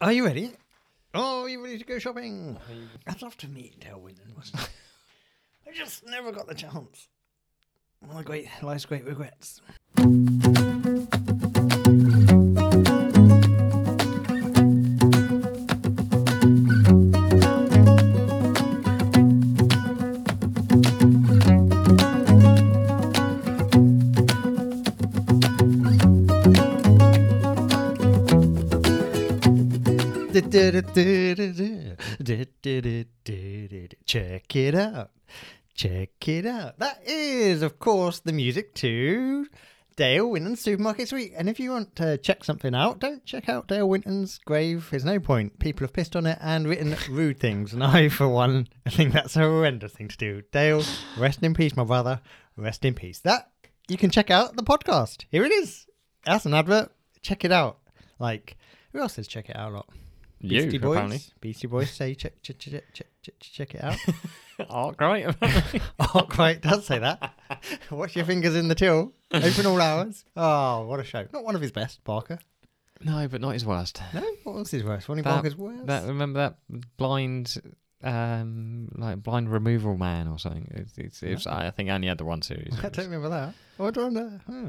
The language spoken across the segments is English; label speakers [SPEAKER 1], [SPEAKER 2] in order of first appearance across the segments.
[SPEAKER 1] Are you ready? Oh, are you ready to go shopping? I'd love to meet Dale Winton. Weston. I just never got the chance. One of great life's great regrets. Check it out. Check it out. That is, of course, the music to Dale Winton's Supermarket Suite. And if you want to check something out, don't check out Dale Winton's grave. There's no point. People have pissed on it and written rude things. And I, for one, I think that's a horrendous thing to do. Dale, rest in peace, my brother. Rest in peace. That, you can check out the podcast. Here it is. That's an advert. Check it out. Like, who else says check it out a lot?
[SPEAKER 2] You,
[SPEAKER 1] Beastie Boys.
[SPEAKER 2] apparently.
[SPEAKER 1] Beastie Boys say check check check check check, check it out.
[SPEAKER 2] Arc, right? apparently.
[SPEAKER 1] oh, quite does say that. Watch your fingers in the till. Open all hours. Oh, what a show! Not one of his best, Barker.
[SPEAKER 2] no, but not his worst.
[SPEAKER 1] No, what was his worst? One of
[SPEAKER 2] That-
[SPEAKER 1] Barker's worst.
[SPEAKER 2] That remember that blind, um, like blind removal man or something. It's, it's, it's I think only had the one series.
[SPEAKER 1] I don't remember that. Oh, I don't know. Hmm.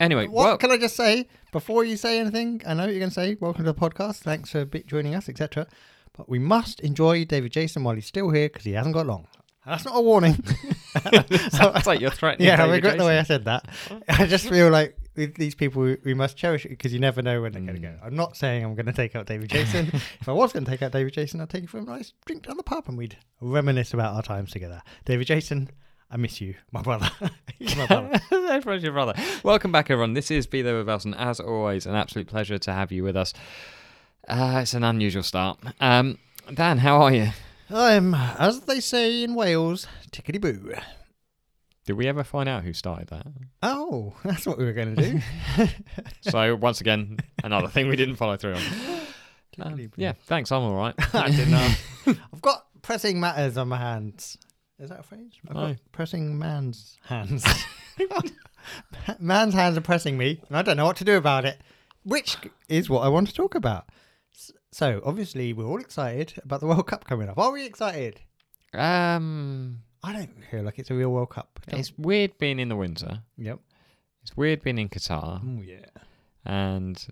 [SPEAKER 2] Anyway,
[SPEAKER 1] What
[SPEAKER 2] well,
[SPEAKER 1] can I just say before you say anything? I know what you're going to say. Welcome to the podcast. Thanks for be- joining us, etc. But we must enjoy David Jason while he's still here because he hasn't got long. That's not a warning.
[SPEAKER 2] sounds like you're threatening.
[SPEAKER 1] Yeah, I
[SPEAKER 2] David
[SPEAKER 1] regret the way I said
[SPEAKER 2] Jason.
[SPEAKER 1] that. I just feel like with these people we- we must cherish it because you never know when they're going to
[SPEAKER 2] Mm.
[SPEAKER 1] go. I'm not saying I'm going to take out David Jason. if I was going to take out David Jason, I'd take him for a nice drink down the pub and we'd reminisce about our times together. David Jason, I miss you, my brother. He's my brother.
[SPEAKER 2] Everyone's your brother. Welcome back, everyone. This is Be There With Us, and as always, an absolute pleasure to have you with us. Uh, it's an unusual start. Um, Dan, how are you?
[SPEAKER 1] I'm, as they say in Wales, tickety boo.
[SPEAKER 2] Did we ever find out who started that?
[SPEAKER 1] Oh, that's what we were going to do.
[SPEAKER 2] So once again, another thing we didn't follow through on. Um,
[SPEAKER 1] Tickety-boo.
[SPEAKER 2] yeah, thanks. I'm all right.
[SPEAKER 1] I didn't know. I've got pressing matters on my hands. Is that a phrase? I've
[SPEAKER 2] No.
[SPEAKER 1] got pressing man's hands. man's hands are pressing me, and I don't know what to do about it, which is what I want to talk about. S- So, obviously, we're all excited about the World Cup coming up. Are we excited?
[SPEAKER 2] Um,
[SPEAKER 1] I don't feel like it's a real World Cup.
[SPEAKER 2] it's weird being in the winter.
[SPEAKER 1] Yep.
[SPEAKER 2] It's weird being in Qatar,
[SPEAKER 1] Oh, yeah.
[SPEAKER 2] and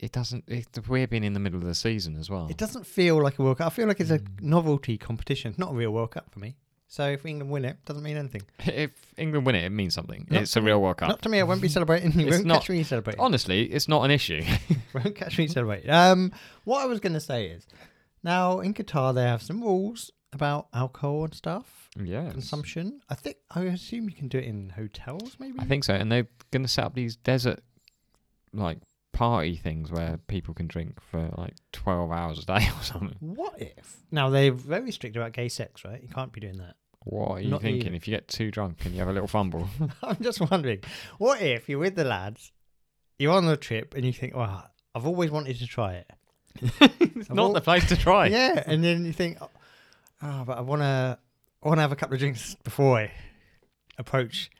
[SPEAKER 2] it doesn't. It's weird being in the middle of the season as well.
[SPEAKER 1] It doesn't feel like a World Cup. I feel like it's a novelty competition, not a real World Cup for me. So, if England win it, doesn't mean anything.
[SPEAKER 2] If England win it, it means something.
[SPEAKER 1] Not
[SPEAKER 2] it's a real World Cup.
[SPEAKER 1] Not to me, I won't be celebrating. You
[SPEAKER 2] It's
[SPEAKER 1] won't
[SPEAKER 2] not-
[SPEAKER 1] catch me celebrating.
[SPEAKER 2] Honestly, it's not an issue.
[SPEAKER 1] won't catch me celebrating. Um, what I was going to say is, now in Qatar they have some rules about alcohol and stuff
[SPEAKER 2] yeah.
[SPEAKER 1] consumption. I think I assume you can do it in hotels, maybe.
[SPEAKER 2] I think so. And they're going to set up these desert, like, party things where people can drink for, like, 12 hours a day or something.
[SPEAKER 1] What if now they're very strict about gay sex, right? You can't be doing that.
[SPEAKER 2] What are you
[SPEAKER 1] Not
[SPEAKER 2] thinking?
[SPEAKER 1] you.
[SPEAKER 2] If you get too drunk and you have a little fumble,
[SPEAKER 1] I'm just wondering, what if you're with the lads, you're on the trip, and you think, "Wow, I've always wanted to try it."
[SPEAKER 2] it's not the place to try.
[SPEAKER 1] Yeah, and then you think, oh, oh, but I want to, I want to have a couple of drinks before I approach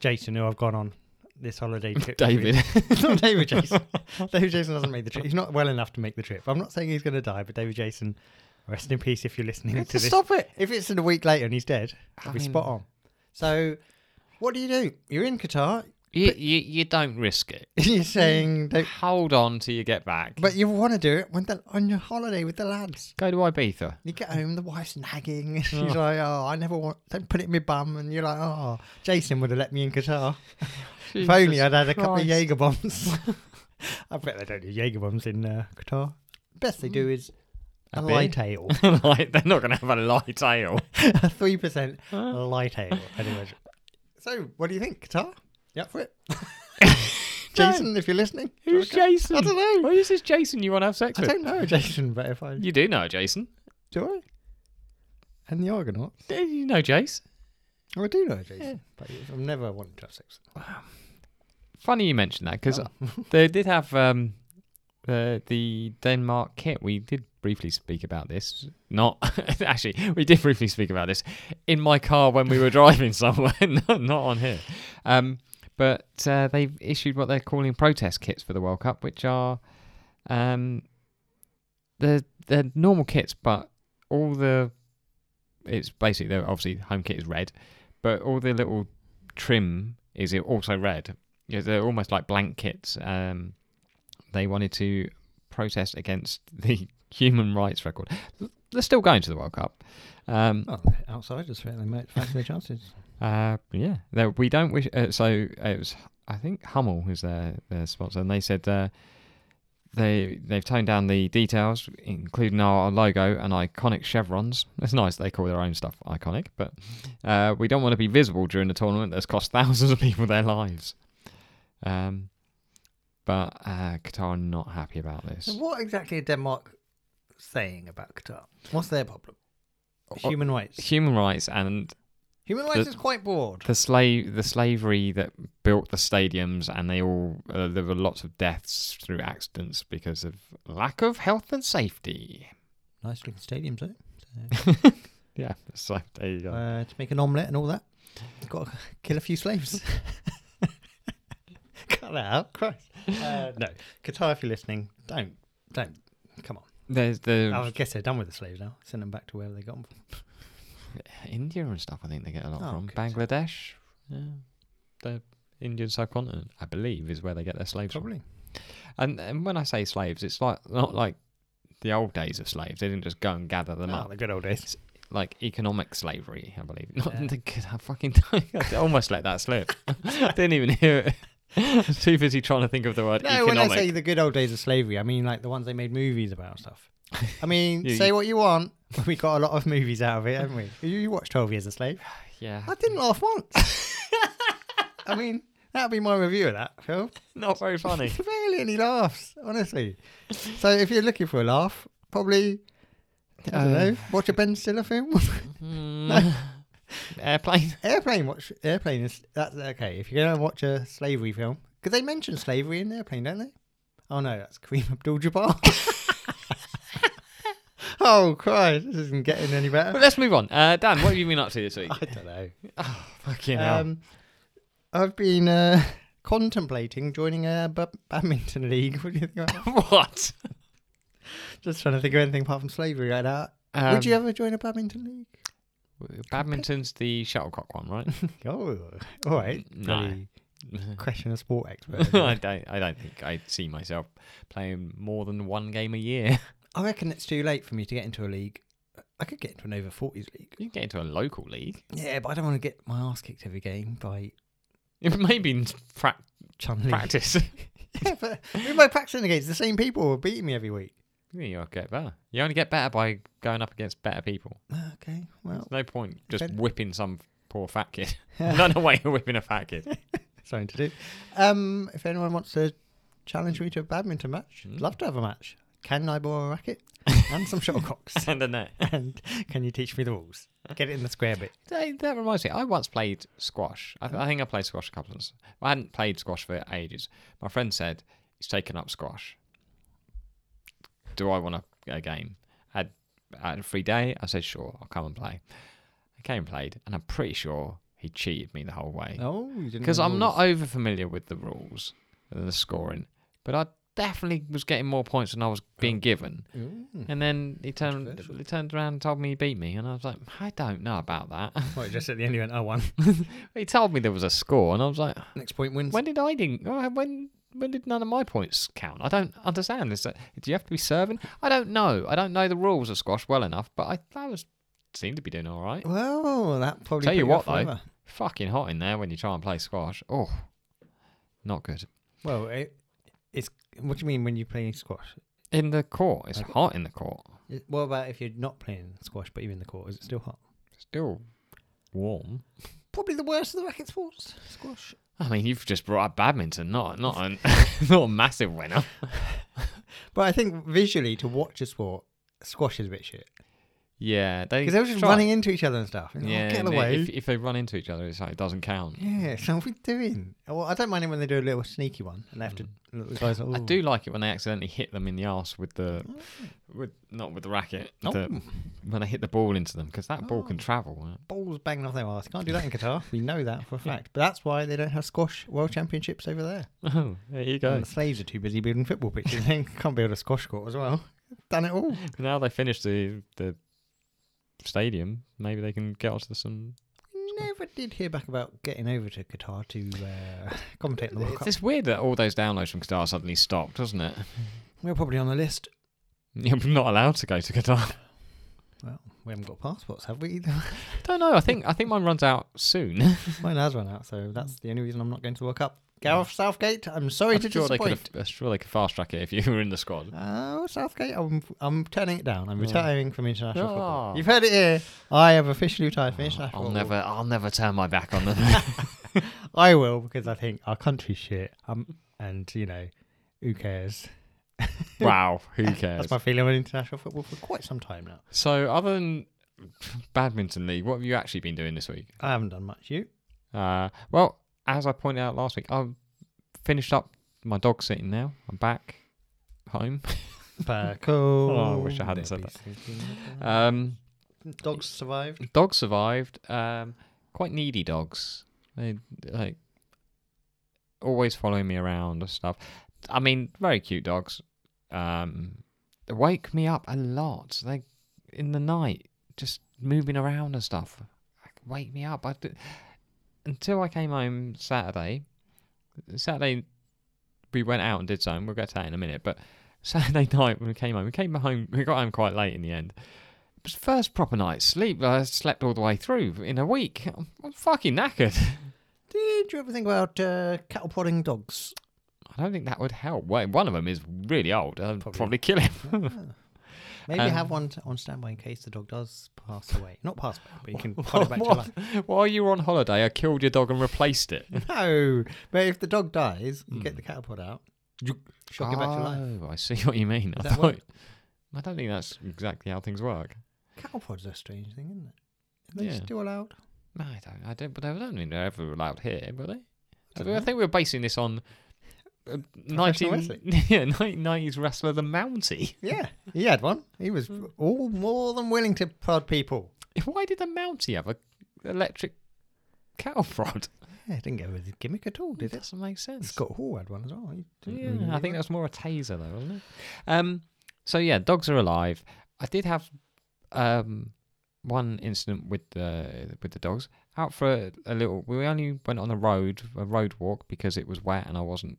[SPEAKER 1] Jason, who I've gone on this holiday trip.
[SPEAKER 2] David.
[SPEAKER 1] with." not David Jason. David Jason doesn't make the trip. He's not well enough to make the trip. I'm not saying he's going to die, but David Jason, rest in peace. If you're listening to this,
[SPEAKER 2] Stop it.
[SPEAKER 1] if it's in a week later and he's dead, I'll
[SPEAKER 2] I
[SPEAKER 1] be
[SPEAKER 2] mean-
[SPEAKER 1] spot on. So, what do you do? You're in Qatar.
[SPEAKER 2] You, you, you don't risk it.
[SPEAKER 1] You're saying, don't,
[SPEAKER 2] Hold on till you get back.
[SPEAKER 1] but you want to do it when the, on your holiday with the lads.
[SPEAKER 2] Go to Ibiza.
[SPEAKER 1] You get home, the wife's nagging. She's like, "Oh, I never want. Don't put it in my bum." And you're like, "Oh, Jason would have let me in Qatar. if only I'd had a couple of
[SPEAKER 2] Christ.
[SPEAKER 1] Jaeger bombs." I bet they don't do Jaeger bombs in uh, Qatar. Best they do is a,
[SPEAKER 2] Mm. A beer?
[SPEAKER 1] light ale,
[SPEAKER 2] like, they're not going to have a light ale.
[SPEAKER 1] a three percent light ale. Anyway, so what do you think, Qatar? You up for it, Jason? If you're listening,
[SPEAKER 2] Who's Jason?
[SPEAKER 1] I don't know.
[SPEAKER 2] Who is this Jason you want to have sex
[SPEAKER 1] I
[SPEAKER 2] with?
[SPEAKER 1] don't know Jason, but if I
[SPEAKER 2] You do know Jason.
[SPEAKER 1] do, I and the Argonauts.
[SPEAKER 2] Yeah, You know Jace.
[SPEAKER 1] Oh, I do know Jason, but I've never wanted to have sex.
[SPEAKER 2] Funny you mentioned that because they did have um, the the Denmark kit. We did briefly speak about this. Not actually, we did briefly speak about this in my car when we were driving somewhere, not, not on here. Um, but uh, they've issued what they're calling protest kits for the World Cup, which are um, they're they're normal kits, but all the it's basically they're obviously home kit is red, but all the little trim is it also red. Yeah, they're almost like blank kits. Um, they wanted to protest against the human rights record. They're still going to the World Cup. Um,
[SPEAKER 1] Oh, outsiders fair. They might fancy their chances.
[SPEAKER 2] uh, yeah, there, we don't wish. Uh, so it was, I think Hummel was their, their sponsor, and they said uh, they they've toned down the details, including our logo and iconic chevrons. It's nice they call their own stuff iconic, but uh, we don't want to be visible during a tournament that's cost thousands of people their lives. Um, but uh, Qatar are not happy about
[SPEAKER 1] So
[SPEAKER 2] this.
[SPEAKER 1] what exactly are Denmark saying about Qatar? What's their problem?
[SPEAKER 2] Oh,
[SPEAKER 1] Human rights.
[SPEAKER 2] Human rights and
[SPEAKER 1] Human rights
[SPEAKER 2] the-
[SPEAKER 1] is quite broad.
[SPEAKER 2] the slave the slavery that built the stadiums and they all uh, there were lots of deaths through accidents because of lack of health and safety
[SPEAKER 1] Nice looking stadiums, eh?
[SPEAKER 2] yeah so there you go
[SPEAKER 1] Uh, to make an omelette and all that. You've got to kill a few slaves. Cut that out, Christ. Uh, no, Qatar, if you're listening, don't, don't. Come on.
[SPEAKER 2] there's the
[SPEAKER 1] I guess they're done with the slaves now. Send them back to wherever they got them from.
[SPEAKER 2] india and stuff i think they get a lot
[SPEAKER 1] Oh,
[SPEAKER 2] from
[SPEAKER 1] good.
[SPEAKER 2] bangladesh yeah the indian subcontinent i believe is where they get their slaves from.
[SPEAKER 1] Probably.
[SPEAKER 2] and and when i say slaves it's like not like the old days of slaves they didn't just go and gather them
[SPEAKER 1] Ah,
[SPEAKER 2] up
[SPEAKER 1] the good old days.
[SPEAKER 2] like economic slavery, I believe. Not
[SPEAKER 1] Yeah.
[SPEAKER 2] the good, I fucking I almost let that slip. I didn't even hear it. I was too busy trying to think of the word
[SPEAKER 1] No,
[SPEAKER 2] economic.
[SPEAKER 1] when I say the good old days of slavery, I mean like the ones they made movies about and stuff. I mean,
[SPEAKER 2] You-
[SPEAKER 1] say what you want. We got a lot of movies out of it, haven't we? You, you watched 12 Years a Slave.
[SPEAKER 2] yeah,
[SPEAKER 1] I didn't laugh once. I mean, that'd be my review of that, Phil.
[SPEAKER 2] not very funny.
[SPEAKER 1] Barely any laughs, honestly. So if you're looking for a laugh, probably I don't
[SPEAKER 2] Uh,
[SPEAKER 1] know, watch a Ben Stiller film.
[SPEAKER 2] Mm. Airplane.
[SPEAKER 1] Airplane, watch Airplane is that's okay. If you're gonna watch a slavery film, because they mention slavery in Airplane, don't they? Oh no, that's Kareem Abdul-Jabbar. oh Christ, this isn't getting any
[SPEAKER 2] But
[SPEAKER 1] better.
[SPEAKER 2] let's move on. Uh, Dan, what have you been up to this week?
[SPEAKER 1] I don't know.
[SPEAKER 2] oh, fucking hell.
[SPEAKER 1] Um, I've been uh, contemplating joining a b- badminton league. What do you think about that?
[SPEAKER 2] what?
[SPEAKER 1] Just trying to think of anything apart from slavery right now.
[SPEAKER 2] Um,
[SPEAKER 1] Would you ever join a badminton league?
[SPEAKER 2] Badminton's the shuttlecock one, right?
[SPEAKER 1] Oh, all right.
[SPEAKER 2] No.
[SPEAKER 1] Bloody Question a sport
[SPEAKER 2] I
[SPEAKER 1] expert.
[SPEAKER 2] don't. I don't think I see myself playing more than one game a year.
[SPEAKER 1] I reckon it's too late for me to get into a league. I could get into an over 40s league.
[SPEAKER 2] You can get into a local league.
[SPEAKER 1] Yeah, but I don't want to get my ass kicked every game by
[SPEAKER 2] Maybe pra-
[SPEAKER 1] Chun Li.
[SPEAKER 2] practice.
[SPEAKER 1] yeah, but who am I practicing against? The same people who are beating me every week.
[SPEAKER 2] Yeah, you'll get better. You only get better by going up against better people.
[SPEAKER 1] Ah, Okay, well,
[SPEAKER 2] There's no point just
[SPEAKER 1] Fair-
[SPEAKER 2] whipping some poor fat kid. no, no way you're whipping a fat kid.
[SPEAKER 1] something to do. Um, if anyone wants to challenge me to a badminton match,
[SPEAKER 2] Mm.
[SPEAKER 1] love to have a match. Can I borrow a racket and some shuttlecocks?
[SPEAKER 2] and a net.
[SPEAKER 1] and can you teach me the rules? Get it in the square bit.
[SPEAKER 2] That, that reminds me, I once played squash. I, th- I think I played squash a couple of times. I hadn't played squash for ages. My friend said he's taken up squash. Do I want a, a game? I had, I had a free day. I said, sure, I'll come and play. I came and played, and I'm pretty sure he cheated me the whole way.
[SPEAKER 1] Oh, you didn't
[SPEAKER 2] because
[SPEAKER 1] know the
[SPEAKER 2] I'm not
[SPEAKER 1] rules.
[SPEAKER 2] over familiar with the rules and the scoring, but I definitely was getting more points than I was being given.
[SPEAKER 1] Ooh.
[SPEAKER 2] And then he turned
[SPEAKER 1] Controversial.
[SPEAKER 2] he turned around and told me he beat me, and I was like, I don't know about that.
[SPEAKER 1] Well, just at the end, you went, oh, I won.
[SPEAKER 2] he told me there was a score, and I was like,
[SPEAKER 1] Next point wins.
[SPEAKER 2] when did I didn't uh, when when did none of my points count? I don't understand this. uh, Do you have to be serving? I don't know. I don't know the rules of squash well enough, but I I was seemed to be doing all right.
[SPEAKER 1] Well, that probably
[SPEAKER 2] Tell
[SPEAKER 1] put
[SPEAKER 2] you
[SPEAKER 1] off
[SPEAKER 2] what, though.
[SPEAKER 1] forever.
[SPEAKER 2] Fucking hot in there when you try and play squash. Oh, not good.
[SPEAKER 1] Well, it, it's what do you mean when you play squash?
[SPEAKER 2] In the court, it's hot in the court.
[SPEAKER 1] It- What about if you're not playing squash but you're in the court? Is it still hot?
[SPEAKER 2] still warm.
[SPEAKER 1] Probably the worst of the racket sports. Squash.
[SPEAKER 2] I mean, you've just brought up badminton, not not a not a massive winner.
[SPEAKER 1] But I think visually to watch a sport, squash is a bit shit
[SPEAKER 2] Yeah, they
[SPEAKER 1] because they're just
[SPEAKER 2] try-
[SPEAKER 1] running into each other and stuff. You know,
[SPEAKER 2] Yeah,
[SPEAKER 1] get
[SPEAKER 2] and
[SPEAKER 1] away.
[SPEAKER 2] If, if they run into each other, it's like it doesn't count.
[SPEAKER 1] yeah, so what are we doing? Well, I don't mind it when they do a little sneaky one and they have to. The guys are,
[SPEAKER 2] Mm. I
[SPEAKER 1] "Ooh."
[SPEAKER 2] do like it when they accidentally hit them in the arse with the with not with the racket. the-
[SPEAKER 1] Oh.
[SPEAKER 2] when they hit the ball into them, because that ball can
[SPEAKER 1] Oh.
[SPEAKER 2] travel. right?
[SPEAKER 1] balls banging off their arse. Can't do that in Qatar. We know that for a fact. But that's why they don't have squash world championships over there.
[SPEAKER 2] Oh, there you
[SPEAKER 1] And the slaves are too busy building football pitches. They can't build a squash court as well. done it all.
[SPEAKER 2] Mm. Now they finished the the stadium, maybe they can get onto some.
[SPEAKER 1] Never did hear back about getting over to Qatar to uh, commentate on the World
[SPEAKER 2] It's
[SPEAKER 1] Cup.
[SPEAKER 2] just weird that all those downloads from Qatar suddenly stopped, doesn't it?
[SPEAKER 1] We're probably on the list.
[SPEAKER 2] You're not allowed to go to Qatar.
[SPEAKER 1] Well, we haven't got passports, have we?
[SPEAKER 2] Don't know. I think I think mine runs out soon.
[SPEAKER 1] Mine has run out, so that's the only reason I'm not going to the World Cup. Gareth Southgate, I'm sorry
[SPEAKER 2] I'm
[SPEAKER 1] to
[SPEAKER 2] sure they could.
[SPEAKER 1] disappoint.
[SPEAKER 2] Have, I'm sure they could fast track it if you were in the squad.
[SPEAKER 1] Oh, Southgate, I'm, I'm turning it down. I'm
[SPEAKER 2] Yeah.
[SPEAKER 1] retiring from international
[SPEAKER 2] Ah.
[SPEAKER 1] football. You've heard it here. I have officially retired from international
[SPEAKER 2] I'll
[SPEAKER 1] football.
[SPEAKER 2] never. I'll never turn my back on them.
[SPEAKER 1] I will because I think our country's shit. Um, and you know, who cares?
[SPEAKER 2] wow. Who cares?
[SPEAKER 1] That's my feeling on international football for quite some time now.
[SPEAKER 2] So, other than badminton league, what have you actually been doing this week?
[SPEAKER 1] I haven't done much. You?
[SPEAKER 2] Uh, well, as I pointed out last week, I've finished up my dog sitting now. I'm back home.
[SPEAKER 1] Cool.
[SPEAKER 2] Oh, I wish I hadn't said that. Um,
[SPEAKER 1] Uh, Dogs survived.
[SPEAKER 2] dogs survived. Um, quite needy dogs. They like always following me around and stuff. I mean, very cute dogs. Um, they wake me up a lot. They in the night just moving around and stuff. Wake me up. I d- until I came home Saturday. Saturday we went out and did something. We'll get to that in a minute. But Saturday night when we came home, we came home. We got home quite late in the end. It was the first proper night's sleep. that I slept all the way through in a week. I'm, I'm fucking knackered.
[SPEAKER 1] Did you ever think about uh, cattle prodding dogs?
[SPEAKER 2] I don't think that would help. Well, one of them is really old. I'd probably,
[SPEAKER 1] Probably.
[SPEAKER 2] kill him.
[SPEAKER 1] Maybe
[SPEAKER 2] Um,
[SPEAKER 1] have one t- on standby in case the dog does pass away. Not pass away, but you can put it back to life.
[SPEAKER 2] While you were on holiday, I killed your dog and replaced it.
[SPEAKER 1] No, but if the dog dies, you
[SPEAKER 2] Hmm.
[SPEAKER 1] get the cattle prod out, you shock it back to life.
[SPEAKER 2] Oh, I see what you mean. I,
[SPEAKER 1] Does that work?
[SPEAKER 2] thought, I don't think that's exactly how things work.
[SPEAKER 1] Cattle prod's a strange thing, isn't it? Are they
[SPEAKER 2] Yeah.
[SPEAKER 1] still allowed?
[SPEAKER 2] No, I don't. I don't. But I don't think they're ever allowed here, were they? I,
[SPEAKER 1] dunno.
[SPEAKER 2] think we were basing this on. uh, 19,
[SPEAKER 1] wrestling.
[SPEAKER 2] yeah, 1990s wrestler the Mountie.
[SPEAKER 1] Yeah, he had one. He was
[SPEAKER 2] Hmm.
[SPEAKER 1] all more than willing to prod people.
[SPEAKER 2] Why did the Mountie have a electric cattle prod?
[SPEAKER 1] Yeah, it didn't go with his gimmick at all,
[SPEAKER 2] It
[SPEAKER 1] did it?
[SPEAKER 2] doesn't make sense.
[SPEAKER 1] Scott Hall had one as well. He didn't
[SPEAKER 2] Yeah,
[SPEAKER 1] really
[SPEAKER 2] I
[SPEAKER 1] do
[SPEAKER 2] think
[SPEAKER 1] much.
[SPEAKER 2] that's more a taser though, wasn't it? Um, so yeah, dogs are alive. I did have um one incident with the with the dogs out for a, a little. We only went on a road a road walk because it was wet and I wasn't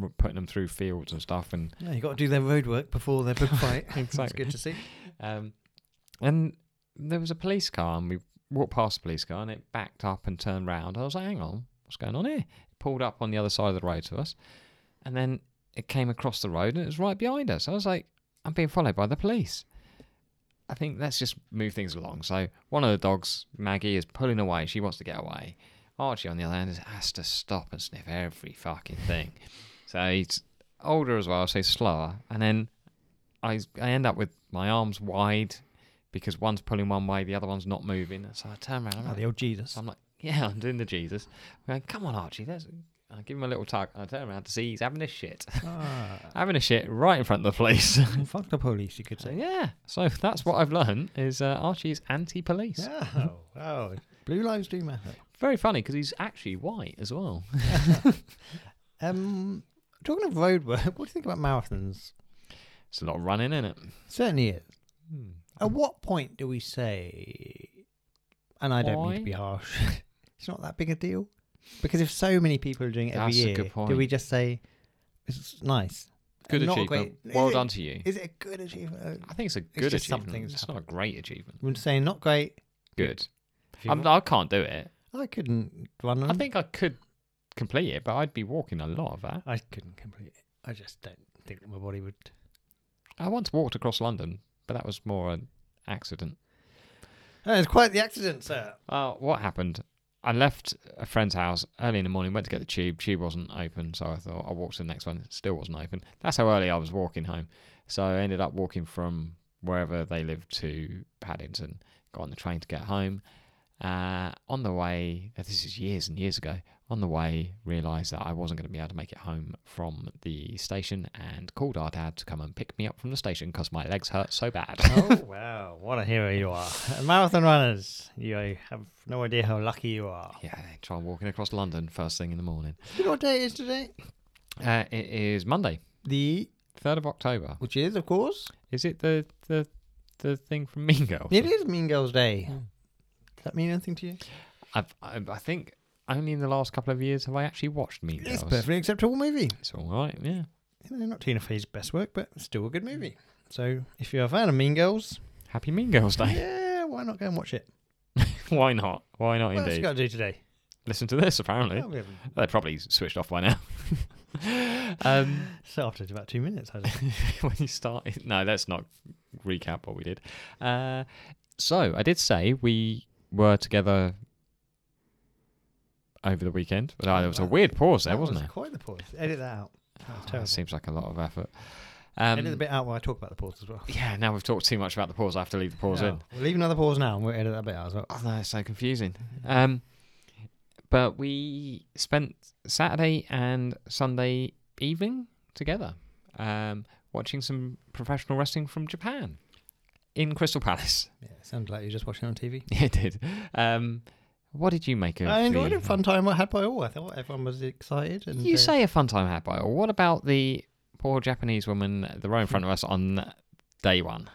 [SPEAKER 2] r- putting them through fields and stuff and
[SPEAKER 1] Yeah, you got to do their road work before their big fight. It's
[SPEAKER 2] Exactly.
[SPEAKER 1] good to see.
[SPEAKER 2] Um, and there was a police car, and we walked past the police car, and it backed up and turned round. I was like, hang on, what's going on here? It pulled up on the other side of the road to us, and then it came across the road, and it was right behind us. I was like, I'm being followed by the police. I think let's just move things along. So one of the dogs, Maggie, is pulling away. She wants to get away. Archie, on the other hand, has to stop and sniff every fucking thing. so he's older as well, so he's slower. And then I I end up with my arms wide because one's pulling one way, the other one's not moving. So I turn around. I'm
[SPEAKER 1] Oh,
[SPEAKER 2] like,
[SPEAKER 1] the old Jesus.
[SPEAKER 2] so I'm like, yeah, I'm doing the Jesus. I'm going, come on, Archie. Let's. I give him a little tug. I turn around to see he's having a shit,
[SPEAKER 1] Ah,
[SPEAKER 2] having a shit right in front of the police.
[SPEAKER 1] fuck the police, you could
[SPEAKER 2] so
[SPEAKER 1] say.
[SPEAKER 2] yeah, so that's what I've learned is uh, Archie is anti-police.
[SPEAKER 1] Oh, wow. Blue lives do matter.
[SPEAKER 2] Very funny because he's actually white as well.
[SPEAKER 1] Um, talking of road work, what do you think about marathons?
[SPEAKER 2] It's a lot of running in it.
[SPEAKER 1] Certainly is.
[SPEAKER 2] Hmm.
[SPEAKER 1] At what point do we say, and I don't mean
[SPEAKER 2] Why?
[SPEAKER 1] to be harsh, it's not that big a deal? Because if so many people are doing it every
[SPEAKER 2] That's a
[SPEAKER 1] year,
[SPEAKER 2] good
[SPEAKER 1] do we
[SPEAKER 2] point.
[SPEAKER 1] just say, it's nice?
[SPEAKER 2] Good
[SPEAKER 1] and not a
[SPEAKER 2] achievement.
[SPEAKER 1] great-
[SPEAKER 2] well
[SPEAKER 1] is it-
[SPEAKER 2] done to you.
[SPEAKER 1] Is it a good achievement?
[SPEAKER 2] I think it's a good
[SPEAKER 1] just
[SPEAKER 2] achievement.
[SPEAKER 1] something's
[SPEAKER 2] It's not a great achievement.
[SPEAKER 1] I'm just saying, not great.
[SPEAKER 2] Good.
[SPEAKER 1] If you
[SPEAKER 2] I'm, I can't do it.
[SPEAKER 1] want- I couldn't run them.
[SPEAKER 2] I think I could complete it, but I'd be walking a lot of that.
[SPEAKER 1] I couldn't complete it. I just don't think my body would.
[SPEAKER 2] I once walked across London, but that was more an accident.
[SPEAKER 1] Oh, it's quite the accident, sir.
[SPEAKER 2] Uh, what happened? I left a friend's house early in the morning, went to get the tube. Tube wasn't open, so I thought I walked to the next one. It still wasn't open. That's how early I was walking home. So I ended up walking from wherever they lived to Paddington. Got on the train to get home. Uh, on the way, uh, this is years and years ago, on the way, realised that I wasn't going to be able to make it home from the station and called our dad to come and pick me up from the station because my legs hurt so bad.
[SPEAKER 1] oh wow, what a hero you are! Marathon runners, you have no idea how lucky you are.
[SPEAKER 2] yeah, try walking across London first thing in the morning.
[SPEAKER 1] You know what day it is today?
[SPEAKER 2] Uh, it is Monday,
[SPEAKER 1] The
[SPEAKER 2] 3rd of October.
[SPEAKER 1] Which is, of course,
[SPEAKER 2] Is it the the the thing from Mean Girls?
[SPEAKER 1] it is Mean Girls Day.
[SPEAKER 2] Mm.
[SPEAKER 1] Does that Hmm. mean anything to you?
[SPEAKER 2] I've, I, I think only in the last couple of years have I actually watched Mean Girls.
[SPEAKER 1] It's a perfectly acceptable movie.
[SPEAKER 2] It's all right. Yeah.
[SPEAKER 1] You know, not Tina Fey's best work, but still a good movie. So if you're a fan of Mean Girls,
[SPEAKER 2] Happy Mean Girls Day.
[SPEAKER 1] yeah, why not go and watch it?
[SPEAKER 2] Why not? Why not?
[SPEAKER 1] What else you
[SPEAKER 2] indeed.
[SPEAKER 1] got to do today?
[SPEAKER 2] Listen to this. Apparently,
[SPEAKER 1] Oh, we haven't
[SPEAKER 2] they're probably switched off by now. um,
[SPEAKER 1] So after about two minutes, I just,
[SPEAKER 2] when you started. No, let's not recap what we did. Uh, so I did say we were together over the weekend, but uh, there was a
[SPEAKER 1] Wow.
[SPEAKER 2] weird pause there,
[SPEAKER 1] that
[SPEAKER 2] wasn't
[SPEAKER 1] was
[SPEAKER 2] there?
[SPEAKER 1] quite the pause. Edit that out. That was
[SPEAKER 2] Oh,
[SPEAKER 1] terrible.
[SPEAKER 2] seems like a lot of effort. Um,
[SPEAKER 1] Edit the bit out while I talk about the pause as well.
[SPEAKER 2] Yeah, now we've talked too much about the pause. I have to leave the pause in.
[SPEAKER 1] Oh, We'll leave another pause now, and we'll edit that bit out as well.
[SPEAKER 2] Oh, no, it's so confusing. Um, but we spent Saturday and Sunday evening together um, watching some professional wrestling from Japan in Crystal Palace.
[SPEAKER 1] Yeah, it sounds like you're just watching it on TV.
[SPEAKER 2] it did. Um, what did you make of
[SPEAKER 1] I enjoyed
[SPEAKER 2] the-
[SPEAKER 1] a fun time I had by all. I thought everyone was excited. And
[SPEAKER 2] You
[SPEAKER 1] uh,
[SPEAKER 2] say a fun time had by all. What about the poor Japanese woman that were in front of us on day one?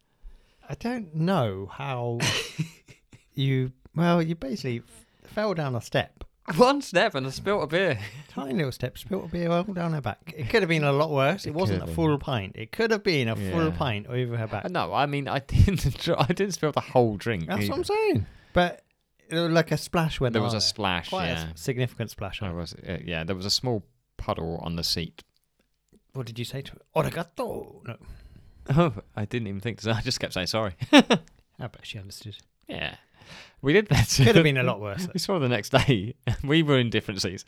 [SPEAKER 1] I don't know how you. Well, you basically f- fell down a step.
[SPEAKER 2] One step and I spilt a beer.
[SPEAKER 1] Tiny little steps, spilt a beer all down her back. It could have been a lot worse. It,
[SPEAKER 2] It could
[SPEAKER 1] wasn't a
[SPEAKER 2] have
[SPEAKER 1] full pint. It could have been a full
[SPEAKER 2] Yeah.
[SPEAKER 1] pint over her back.
[SPEAKER 2] No, I mean I didn't. dr- I didn't spill the whole drink.
[SPEAKER 1] That's
[SPEAKER 2] either.
[SPEAKER 1] what I'm saying. But it was like a splash went
[SPEAKER 2] there
[SPEAKER 1] on
[SPEAKER 2] was a
[SPEAKER 1] it.
[SPEAKER 2] splash.
[SPEAKER 1] Quite
[SPEAKER 2] yeah,
[SPEAKER 1] a s- significant splash.
[SPEAKER 2] I
[SPEAKER 1] On it.
[SPEAKER 2] was. Uh, yeah, there was a small puddle on the seat.
[SPEAKER 1] What did you say to her? Arigato. No,
[SPEAKER 2] Oh, I didn't even think. To, I just kept saying sorry.
[SPEAKER 1] I bet she understood.
[SPEAKER 2] Yeah, we did that.
[SPEAKER 1] Could have been a lot worse. though.
[SPEAKER 2] we saw the next day. we were in different seats.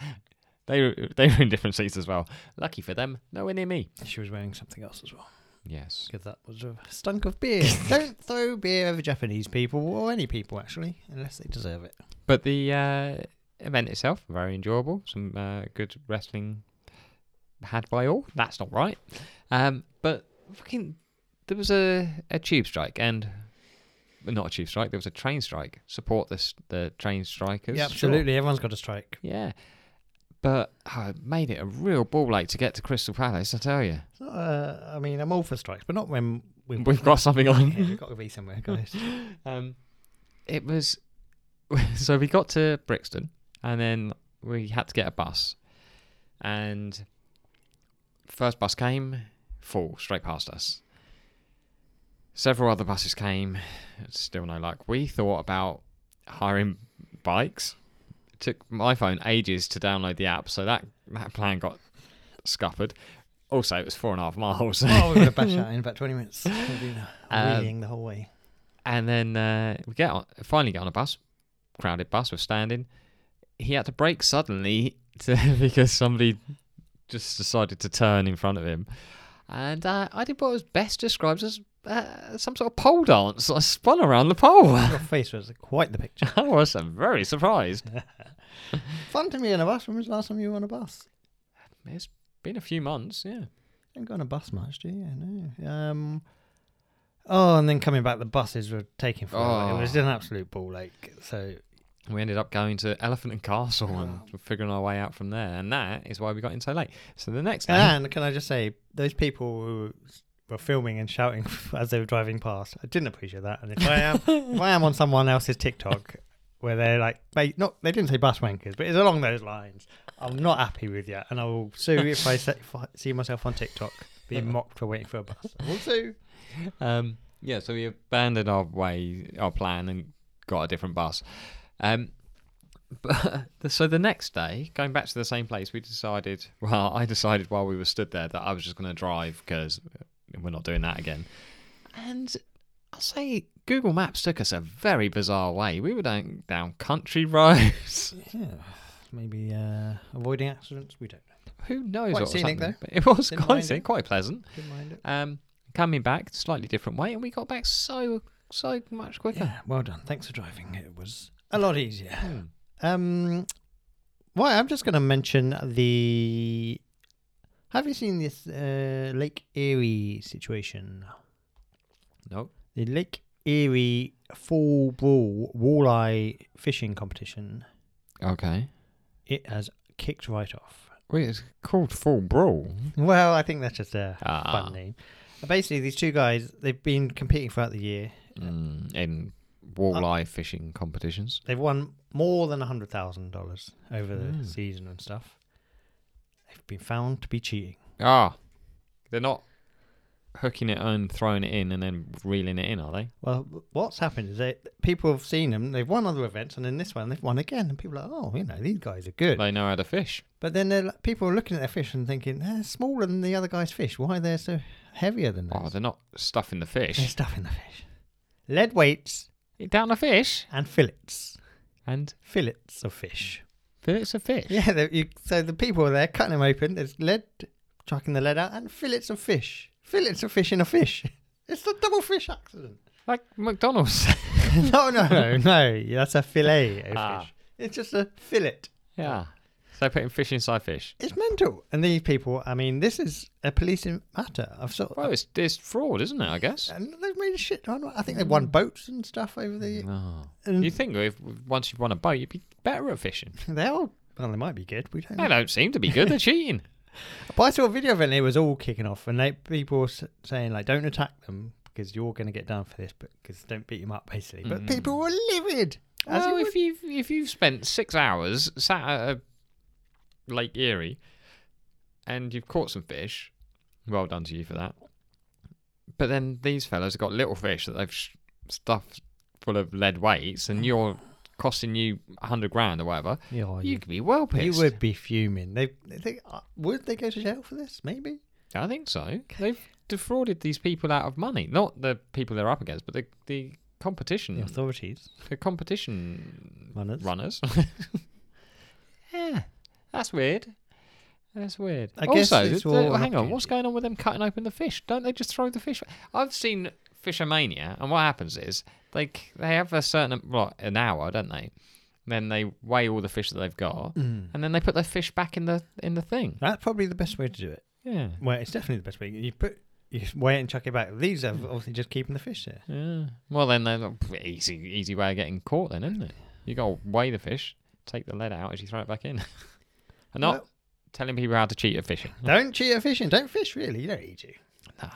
[SPEAKER 2] They were, they were in different seats as well. Lucky for them, nowhere near me.
[SPEAKER 1] She was wearing something else as well.
[SPEAKER 2] Yes.
[SPEAKER 1] Because that was a stunk of beer. Don't throw beer over Japanese people or any people actually, unless they deserve it.
[SPEAKER 2] But the uh, event itself, very enjoyable. Some uh, good wrestling had by all. That's not right. Um, but fucking, there was a, a tube strike and. well, Not a tube strike. There was a train strike. Support this the train strikers.
[SPEAKER 1] Yeah, absolutely. Everyone's got a strike.
[SPEAKER 2] Sure. Yeah, but oh, it made it a real ball ache to get to Crystal Palace. I tell you,
[SPEAKER 1] It's not, uh, I mean, I'm all for strikes, but not when we,
[SPEAKER 2] we've got something on.
[SPEAKER 1] Yeah, we've got to be somewhere, guys.
[SPEAKER 2] Um, it was so we got to Brixton, and then we had to get a bus, and first bus came, full straight past us. Several other buses came, still no luck. We thought about hiring bikes. It took my phone ages to download the app, so that that plan got scuppered. Also, it was four and a half miles.
[SPEAKER 1] oh, we're going to bash that in about 20 minutes. We'll be
[SPEAKER 2] Um,
[SPEAKER 1] wheeling the whole way.
[SPEAKER 2] And then uh, we get on, finally get on a bus, crowded bus. We're standing. He had to brake suddenly to, because somebody just decided to turn in front of him. And uh, I did what was best described as uh, some sort of pole dance. I spun around the pole.
[SPEAKER 1] Your face was quite the picture.
[SPEAKER 2] I was uh, very surprised.
[SPEAKER 1] Fun to me on a bus. When was the last time you were on a bus?
[SPEAKER 2] It's been a few months, yeah.
[SPEAKER 1] Don't go on a bus much, do you? No. Um, oh, and then coming back, the buses were taking forever. It was
[SPEAKER 2] Oh.
[SPEAKER 1] an absolute ball ache. So
[SPEAKER 2] We ended up going to Elephant and Castle and figuring our way out from there. And that is why we got in so late. So the next day.
[SPEAKER 1] And can I just say, those people who were filming and shouting as they were driving past, I didn't appreciate that. And if I am, if I am on someone else's TikTok where they're like, they, not, they didn't say bus wankers, but it's along those lines. I'm not happy with you, and I will sue if I, se- if I see myself on TikTok being mocked for waiting for a bus. I will sue.
[SPEAKER 2] Um, yeah, so we abandoned our way, our plan, and got a different bus. Um, but so the next day, going back to the same place, we decided. Well, I decided while we were stood there that I was just going to drive because we're not doing that again. And I'll say Google Maps took us a very bizarre way. We were down down country roads.
[SPEAKER 1] Yeah, maybe uh, avoiding accidents. We don't. know.
[SPEAKER 2] Who knows?
[SPEAKER 1] Quite
[SPEAKER 2] what was
[SPEAKER 1] scenic,
[SPEAKER 2] happening?
[SPEAKER 1] though.
[SPEAKER 2] But It was
[SPEAKER 1] Didn't
[SPEAKER 2] quite
[SPEAKER 1] mind
[SPEAKER 2] scenic,
[SPEAKER 1] it.
[SPEAKER 2] quite pleasant.
[SPEAKER 1] Didn't mind it.
[SPEAKER 2] Um, coming back slightly different way, and we got back so so much quicker.
[SPEAKER 1] Yeah, well done. Thanks for driving. It was a lot easier.
[SPEAKER 2] Hmm.
[SPEAKER 1] Um, well, I'm just going to mention the. Have you seen this uh, Lake Erie situation?
[SPEAKER 2] No.
[SPEAKER 1] The Lake Erie full brawl walleye fishing competition.
[SPEAKER 2] Okay.
[SPEAKER 1] It has kicked right off.
[SPEAKER 2] Wait, it's called Full Brawl.
[SPEAKER 1] Well, I think that's just a
[SPEAKER 2] Ah.
[SPEAKER 1] fun name. Uh, Basically, these two guys, they've been competing throughout the year.
[SPEAKER 2] Mm, in
[SPEAKER 1] Ah.
[SPEAKER 2] walleye fishing competitions.
[SPEAKER 1] They've won more than $100,000 over the
[SPEAKER 2] Mm.
[SPEAKER 1] season and stuff. They've been found to be cheating.
[SPEAKER 2] Ah, they're not hooking it and throwing it in and then reeling it in, are they?
[SPEAKER 1] Well, wh- what's happened is that people have seen them, they've won other events, and in this one, they've won again. And people are like, oh, you know, these guys are good.
[SPEAKER 2] They know how to fish.
[SPEAKER 1] But then they're like- people are looking at their fish and thinking, they're smaller than the other guy's fish. Why are they so heavier than
[SPEAKER 2] Oh,
[SPEAKER 1] us?
[SPEAKER 2] they're not stuffing the
[SPEAKER 1] They're
[SPEAKER 2] fish.
[SPEAKER 1] stuffing the fish. Lead weights
[SPEAKER 2] Eat down the fish
[SPEAKER 1] and fillets.
[SPEAKER 2] and
[SPEAKER 1] Fillets of fish.
[SPEAKER 2] fillets of fish.
[SPEAKER 1] Yeah, the, you, so the people are there cutting them open. There's lead, chucking the lead out, and fillets of fish. Fillets of fish in a fish. It's a double fish accident.
[SPEAKER 2] Like McDonald's.
[SPEAKER 1] no, no, no, no. That's a fillet of
[SPEAKER 2] Ah.
[SPEAKER 1] fish. It's just a fillet.
[SPEAKER 2] yeah. So putting fish inside fish.
[SPEAKER 1] It's mental. And these people, I mean, this is a policing matter. I've sort of.
[SPEAKER 2] Well, it's, it's fraud, isn't it, I guess?
[SPEAKER 1] and they've made a shit ton. of- I think they've won boats and stuff over the.
[SPEAKER 2] Oh.
[SPEAKER 1] And
[SPEAKER 2] You think if once you've won a boat, you'd be better at fishing.
[SPEAKER 1] they are. Well, they might be good. We don't.
[SPEAKER 2] They
[SPEAKER 1] know.
[SPEAKER 2] don't seem to be good. They're cheating.
[SPEAKER 1] But I saw a video of it and it was all kicking off, and they people were s- saying like, "Don't attack them because you're going to get down for this, but because don't beat them up, basically." But
[SPEAKER 2] Mm.
[SPEAKER 1] people were livid. As
[SPEAKER 2] Well,
[SPEAKER 1] you
[SPEAKER 2] if you've if you've spent six hours sat at a Lake Erie and you've caught some fish, well done to you for that. But then these fellas have got little fish that they've sh- stuffed full of lead weights, and you're costing you a hundred grand or whatever.
[SPEAKER 1] would. Yeah,
[SPEAKER 2] you
[SPEAKER 1] you,
[SPEAKER 2] could be well
[SPEAKER 1] you
[SPEAKER 2] pissed.
[SPEAKER 1] would be fuming. They, they think, uh, would they go to jail for this? Maybe.
[SPEAKER 2] I think so. They've defrauded these people out of money, not the people they're up against, but the the competition,
[SPEAKER 1] The authorities,
[SPEAKER 2] the competition
[SPEAKER 1] runners.
[SPEAKER 2] runners. yeah, that's weird. That's weird.
[SPEAKER 1] I guess
[SPEAKER 2] also,
[SPEAKER 1] it's
[SPEAKER 2] th-
[SPEAKER 1] all
[SPEAKER 2] th-
[SPEAKER 1] an
[SPEAKER 2] hang on. What's going on with them cutting open the fish? Don't they just throw the fish? I've seen Fishermania, and what happens is they c- they have a certain what an hour, don't they? Then they weigh all the fish that they've got,
[SPEAKER 1] Mm.
[SPEAKER 2] and then they put their fish back in the in the thing.
[SPEAKER 1] That's probably the best way to do it.
[SPEAKER 2] Yeah,
[SPEAKER 1] Well, it's definitely the best way. You put, you weigh it and chuck it back. These are obviously just keeping the fish there.
[SPEAKER 2] yeah. Well, then they're like, "Pff, easy easy way of getting caught, then, isn't it? You got to weigh the fish, take the lead out as you throw it back in, and not
[SPEAKER 1] Well,
[SPEAKER 2] telling people how to cheat at fishing.
[SPEAKER 1] Don't cheat at fishing. Don't fish, really. You don't eat you.
[SPEAKER 2] No.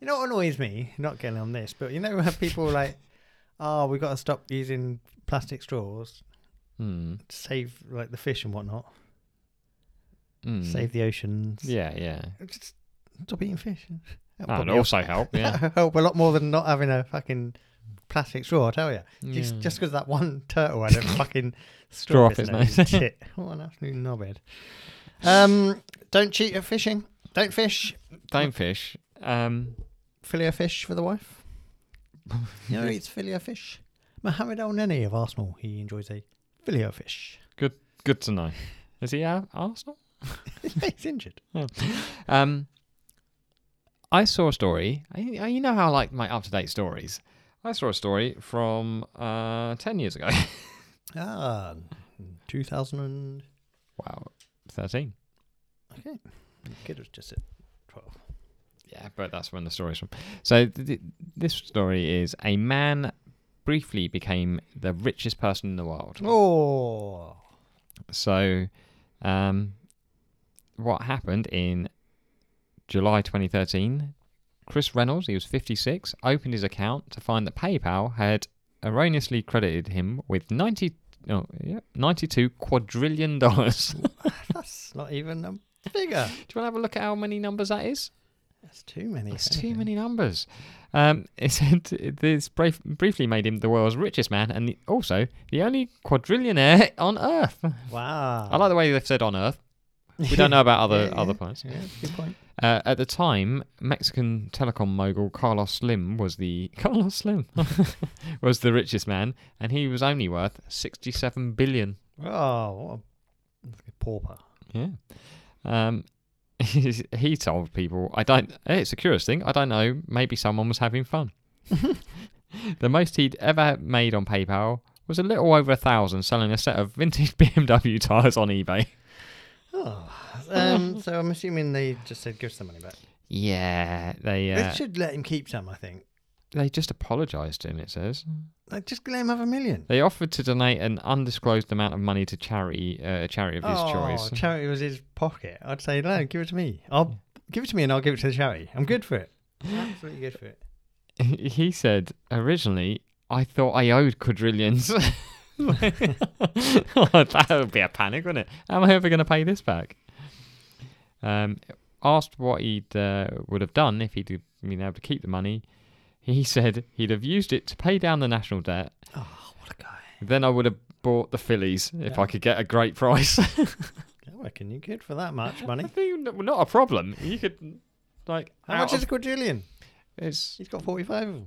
[SPEAKER 1] You know what annoys me? Not getting on this, but you know how people are like, oh, we've got to stop using plastic straws
[SPEAKER 2] Hmm.
[SPEAKER 1] to save like the fish and whatnot,
[SPEAKER 2] Mm.
[SPEAKER 1] save the oceans.
[SPEAKER 2] Hmm. Yeah, yeah.
[SPEAKER 1] Just stop eating fish. That
[SPEAKER 2] That would
[SPEAKER 1] probably
[SPEAKER 2] also help. Yeah.
[SPEAKER 1] that'll help a lot more than not having a fucking plastic straw, I tell you.
[SPEAKER 2] Yeah.
[SPEAKER 1] Just because that one turtle had a fucking straw
[SPEAKER 2] Straw up
[SPEAKER 1] up his
[SPEAKER 2] his
[SPEAKER 1] nose. Shit. What an absolute knobhead. Um, don't cheat at fishing. Don't fish.
[SPEAKER 2] don't fish. Um,
[SPEAKER 1] Fillet of fish for the wife. you know who eats fillet of fish? Mohamed El Neni of Arsenal. He enjoys a fillet of fish.
[SPEAKER 2] good to know. Is he out Arsenal?
[SPEAKER 1] He's injured.
[SPEAKER 2] Um, I saw a story. I, I- you know how I like my up-to-date stories. I saw a story from uh, ten years ago.
[SPEAKER 1] Ah, 2000 and...
[SPEAKER 2] wow, thirteen.
[SPEAKER 1] Okay. Kid was just at 12.
[SPEAKER 2] Yeah, but that's when the story's from. So th- th- this story is a man briefly became the richest person in the world.
[SPEAKER 1] Oh.
[SPEAKER 2] So, um, what happened in July 2013? Chris Reynolds, he was 56, opened his account to find that PayPal had erroneously credited him with 90, oh, yeah, 92 quadrillion dollars. Do
[SPEAKER 1] That's not even a figure.
[SPEAKER 2] you want to have a look at how many numbers that is?
[SPEAKER 1] That's too many.
[SPEAKER 2] That's
[SPEAKER 1] okay.
[SPEAKER 2] too many numbers. Um, it said this brief, briefly made him the world's richest man and the, also the only quadrillionaire on Earth.
[SPEAKER 1] Wow.
[SPEAKER 2] I like the way they've said on Earth. We don't know about other
[SPEAKER 1] Yeah,
[SPEAKER 2] other
[SPEAKER 1] yeah.
[SPEAKER 2] planets.
[SPEAKER 1] Yeah, good point.
[SPEAKER 2] Uh, at the time, Mexican telecom mogul Carlos Slim was the Carlos Slim was the richest man, and he was only worth sixty-seven billion.
[SPEAKER 1] Oh, what a, that's a pauper.
[SPEAKER 2] Yeah. Um, he told people, "I don't. eh, It's the curious thing. I don't know. Maybe someone was having fun." the most he'd ever made on PayPal was a little over a thousand, selling a set of vintage BMW tires on eBay.
[SPEAKER 1] Oh, um, so I'm assuming they just said give us the money back.
[SPEAKER 2] Yeah, they. Uh,
[SPEAKER 1] They should let him keep some, I think.
[SPEAKER 2] They just apologised to him, it says.
[SPEAKER 1] Like, just let him have a million.
[SPEAKER 2] They offered to donate an undisclosed amount of money to charity, uh, a charity of his
[SPEAKER 1] oh,
[SPEAKER 2] choice. Mm.
[SPEAKER 1] charity was his pocket. I'd say, no, give it to me. I'll give it to me and I'll give it to the charity. I'm good for it. I'm absolutely good for it.
[SPEAKER 2] he said originally, I thought I owed quadrillions. Oh, that would be a panic, wouldn't it? How am I ever going to pay this back? Um, asked what he would uh, would have done if he'd been able to keep the money, he said he'd have used it to pay down the national debt.
[SPEAKER 1] Oh, what a guy.
[SPEAKER 2] Then I would have bought the fillies if
[SPEAKER 1] Yeah.
[SPEAKER 2] I could get a great price.
[SPEAKER 1] I reckon you're good for that much money.
[SPEAKER 2] I think n- not a problem. You could like
[SPEAKER 1] How
[SPEAKER 2] out
[SPEAKER 1] much
[SPEAKER 2] of-
[SPEAKER 1] is a quadrillion?
[SPEAKER 2] it's
[SPEAKER 1] He's got 45 of them.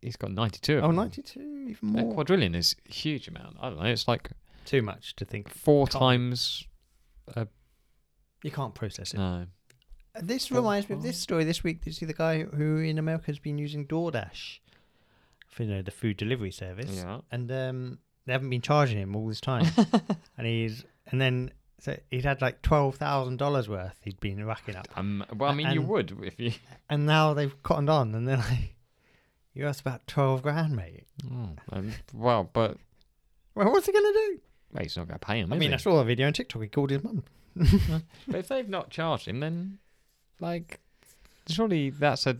[SPEAKER 2] he's got ninety two.
[SPEAKER 1] Oh, 92, even
[SPEAKER 2] A
[SPEAKER 1] more.
[SPEAKER 2] quadrillion is a huge amount. I don't know. It's like
[SPEAKER 1] Too much to think.
[SPEAKER 2] four
[SPEAKER 1] Can't-
[SPEAKER 2] times.
[SPEAKER 1] You can't process it. Uh,
[SPEAKER 2] No.
[SPEAKER 1] This
[SPEAKER 2] Four
[SPEAKER 1] reminds me of this
[SPEAKER 2] times.
[SPEAKER 1] story this week. Did you see the guy who in America has been using DoorDash for you know, the food delivery service?
[SPEAKER 2] Yeah.
[SPEAKER 1] And um, they haven't been charging him all this time. and he's and then so he'd had like twelve thousand dollars worth he'd been racking up,
[SPEAKER 2] Um, well, I mean, you
[SPEAKER 1] And-
[SPEAKER 2] would if you.
[SPEAKER 1] and now they've cottoned on, and they're like, "You asked about twelve grand, mate.
[SPEAKER 2] Mm, um, well, but
[SPEAKER 1] Well, what's he gonna do?"
[SPEAKER 2] well, he's not going to pay him.
[SPEAKER 1] I
[SPEAKER 2] is
[SPEAKER 1] mean,
[SPEAKER 2] he?
[SPEAKER 1] I saw a video on TikTok. He called his mum.
[SPEAKER 2] But if they've not charged him, then like surely that's a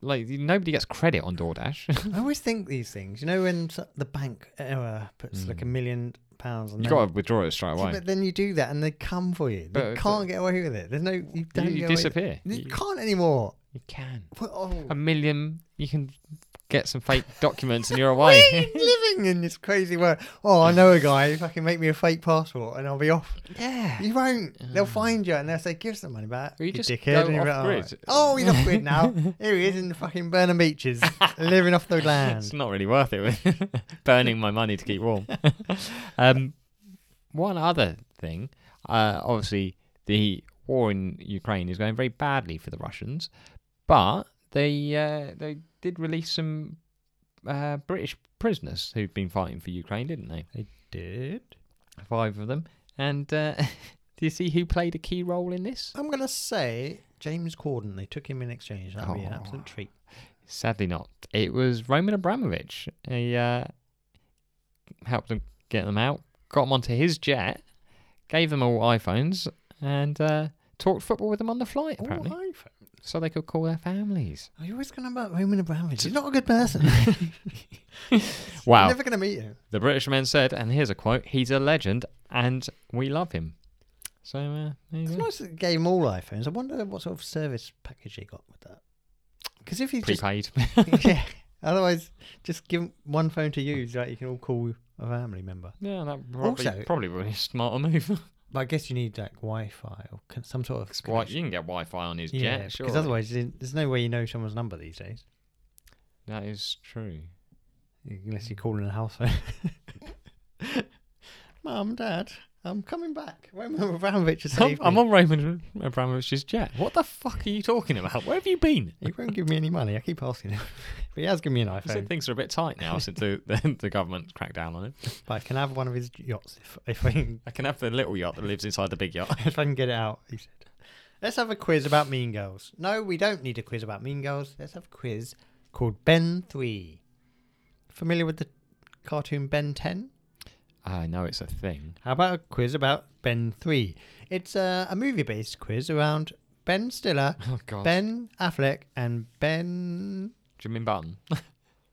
[SPEAKER 2] like nobody gets credit on DoorDash.
[SPEAKER 1] I always think these things. You know, when s- the bank error puts like a
[SPEAKER 2] Mm.
[SPEAKER 1] million pounds on
[SPEAKER 2] you
[SPEAKER 1] their-
[SPEAKER 2] got to withdraw it straight
[SPEAKER 1] Yeah,
[SPEAKER 2] away.
[SPEAKER 1] but then you do that, and they come for you.
[SPEAKER 2] But
[SPEAKER 1] They
[SPEAKER 2] it's-
[SPEAKER 1] can't get away with it. There's no. You
[SPEAKER 2] You,
[SPEAKER 1] don't
[SPEAKER 2] you
[SPEAKER 1] get away-
[SPEAKER 2] disappear.
[SPEAKER 1] You,
[SPEAKER 2] You,
[SPEAKER 1] can't anymore.
[SPEAKER 2] you can
[SPEAKER 1] What- Oh.
[SPEAKER 2] a million. You can get some fake documents and you're
[SPEAKER 1] Why are
[SPEAKER 2] away.
[SPEAKER 1] you living in this crazy world? Oh, I know a guy who fucking make me a fake passport, and I'll be off.
[SPEAKER 2] yeah.
[SPEAKER 1] You won't. They'll find you and they'll say, give us the money back.
[SPEAKER 2] Well, you just go
[SPEAKER 1] And you'll be like,
[SPEAKER 2] off grid.
[SPEAKER 1] "All right." Oh, he's off grid now. Here he is in the fucking Burnham Beaches, living off the
[SPEAKER 2] It's
[SPEAKER 1] land.
[SPEAKER 2] not really worth it. burning my money to keep warm. um, one other thing, uh, obviously, the war in Ukraine is going very badly for the Russians, but they uh, they did release some uh, British prisoners who've been fighting for Ukraine, didn't they?
[SPEAKER 1] Did?
[SPEAKER 2] Five of them. And uh, do you see who played a key role in this?
[SPEAKER 1] I'm going to say James Corden. They took him in exchange. That'd be an
[SPEAKER 2] Oh.
[SPEAKER 1] absolute treat.
[SPEAKER 2] Sadly, not. It was Roman Abramovich. He uh, helped them get them out, got them onto his jet, gave them all iPhones, and uh, talked football with them on the flight,
[SPEAKER 1] Oh,
[SPEAKER 2] apparently,
[SPEAKER 1] iPhone.
[SPEAKER 2] so they could call their families.
[SPEAKER 1] Are you always going on about Roman Abramovich? He's not a good person.
[SPEAKER 2] Wow.
[SPEAKER 1] You're never going to meet him.
[SPEAKER 2] The British man said, and here's a quote he's a legend, and we love him. So, uh, there you
[SPEAKER 1] It's
[SPEAKER 2] go.
[SPEAKER 1] nice that they gave him all iPhones. I wonder what sort of service package he got with that. Because if he's just.
[SPEAKER 2] prepaid.
[SPEAKER 1] yeah. Otherwise, just give him one phone to use, right? You can all call a family member.
[SPEAKER 2] yeah, that probably,
[SPEAKER 1] Also-
[SPEAKER 2] probably would be a smarter move.
[SPEAKER 1] But I guess you need like Wi Fi or con- some sort of.
[SPEAKER 2] Why-
[SPEAKER 1] connection.
[SPEAKER 2] you can get Wi Fi on his
[SPEAKER 1] Yeah,
[SPEAKER 2] jet, sure.
[SPEAKER 1] because otherwise, there's there's no way you know someone's number these days,
[SPEAKER 2] That is true.
[SPEAKER 1] unless you call in a house phone. Mum, Dad, I'm coming back. Roman Abramovich has
[SPEAKER 2] I'm,
[SPEAKER 1] saved
[SPEAKER 2] I'm
[SPEAKER 1] me.
[SPEAKER 2] on Raymond Abramovich's jet. What the fuck are you talking about? Where have you been?
[SPEAKER 1] He won't give me any money. I keep asking him, but he has given me an
[SPEAKER 2] I said
[SPEAKER 1] iPhone.
[SPEAKER 2] things are a bit tight now since the, the, the government cracked down on it.
[SPEAKER 1] But I can have one of his yachts if, if I can
[SPEAKER 2] I can have the little yacht that lives inside the big yacht.
[SPEAKER 1] if I can get it out. He said, "Let's have a quiz about Mean Girls." No, we don't need a quiz about Mean Girls. Let's have a quiz called Ben Three. Familiar with the cartoon Ben Ten? Ah,
[SPEAKER 2] I know it's a thing.
[SPEAKER 1] How about a quiz about Ben Three? It's a, a movie-based quiz around Ben Stiller,
[SPEAKER 2] Oh god.
[SPEAKER 1] Ben Affleck, and Ben
[SPEAKER 2] Jimin Button.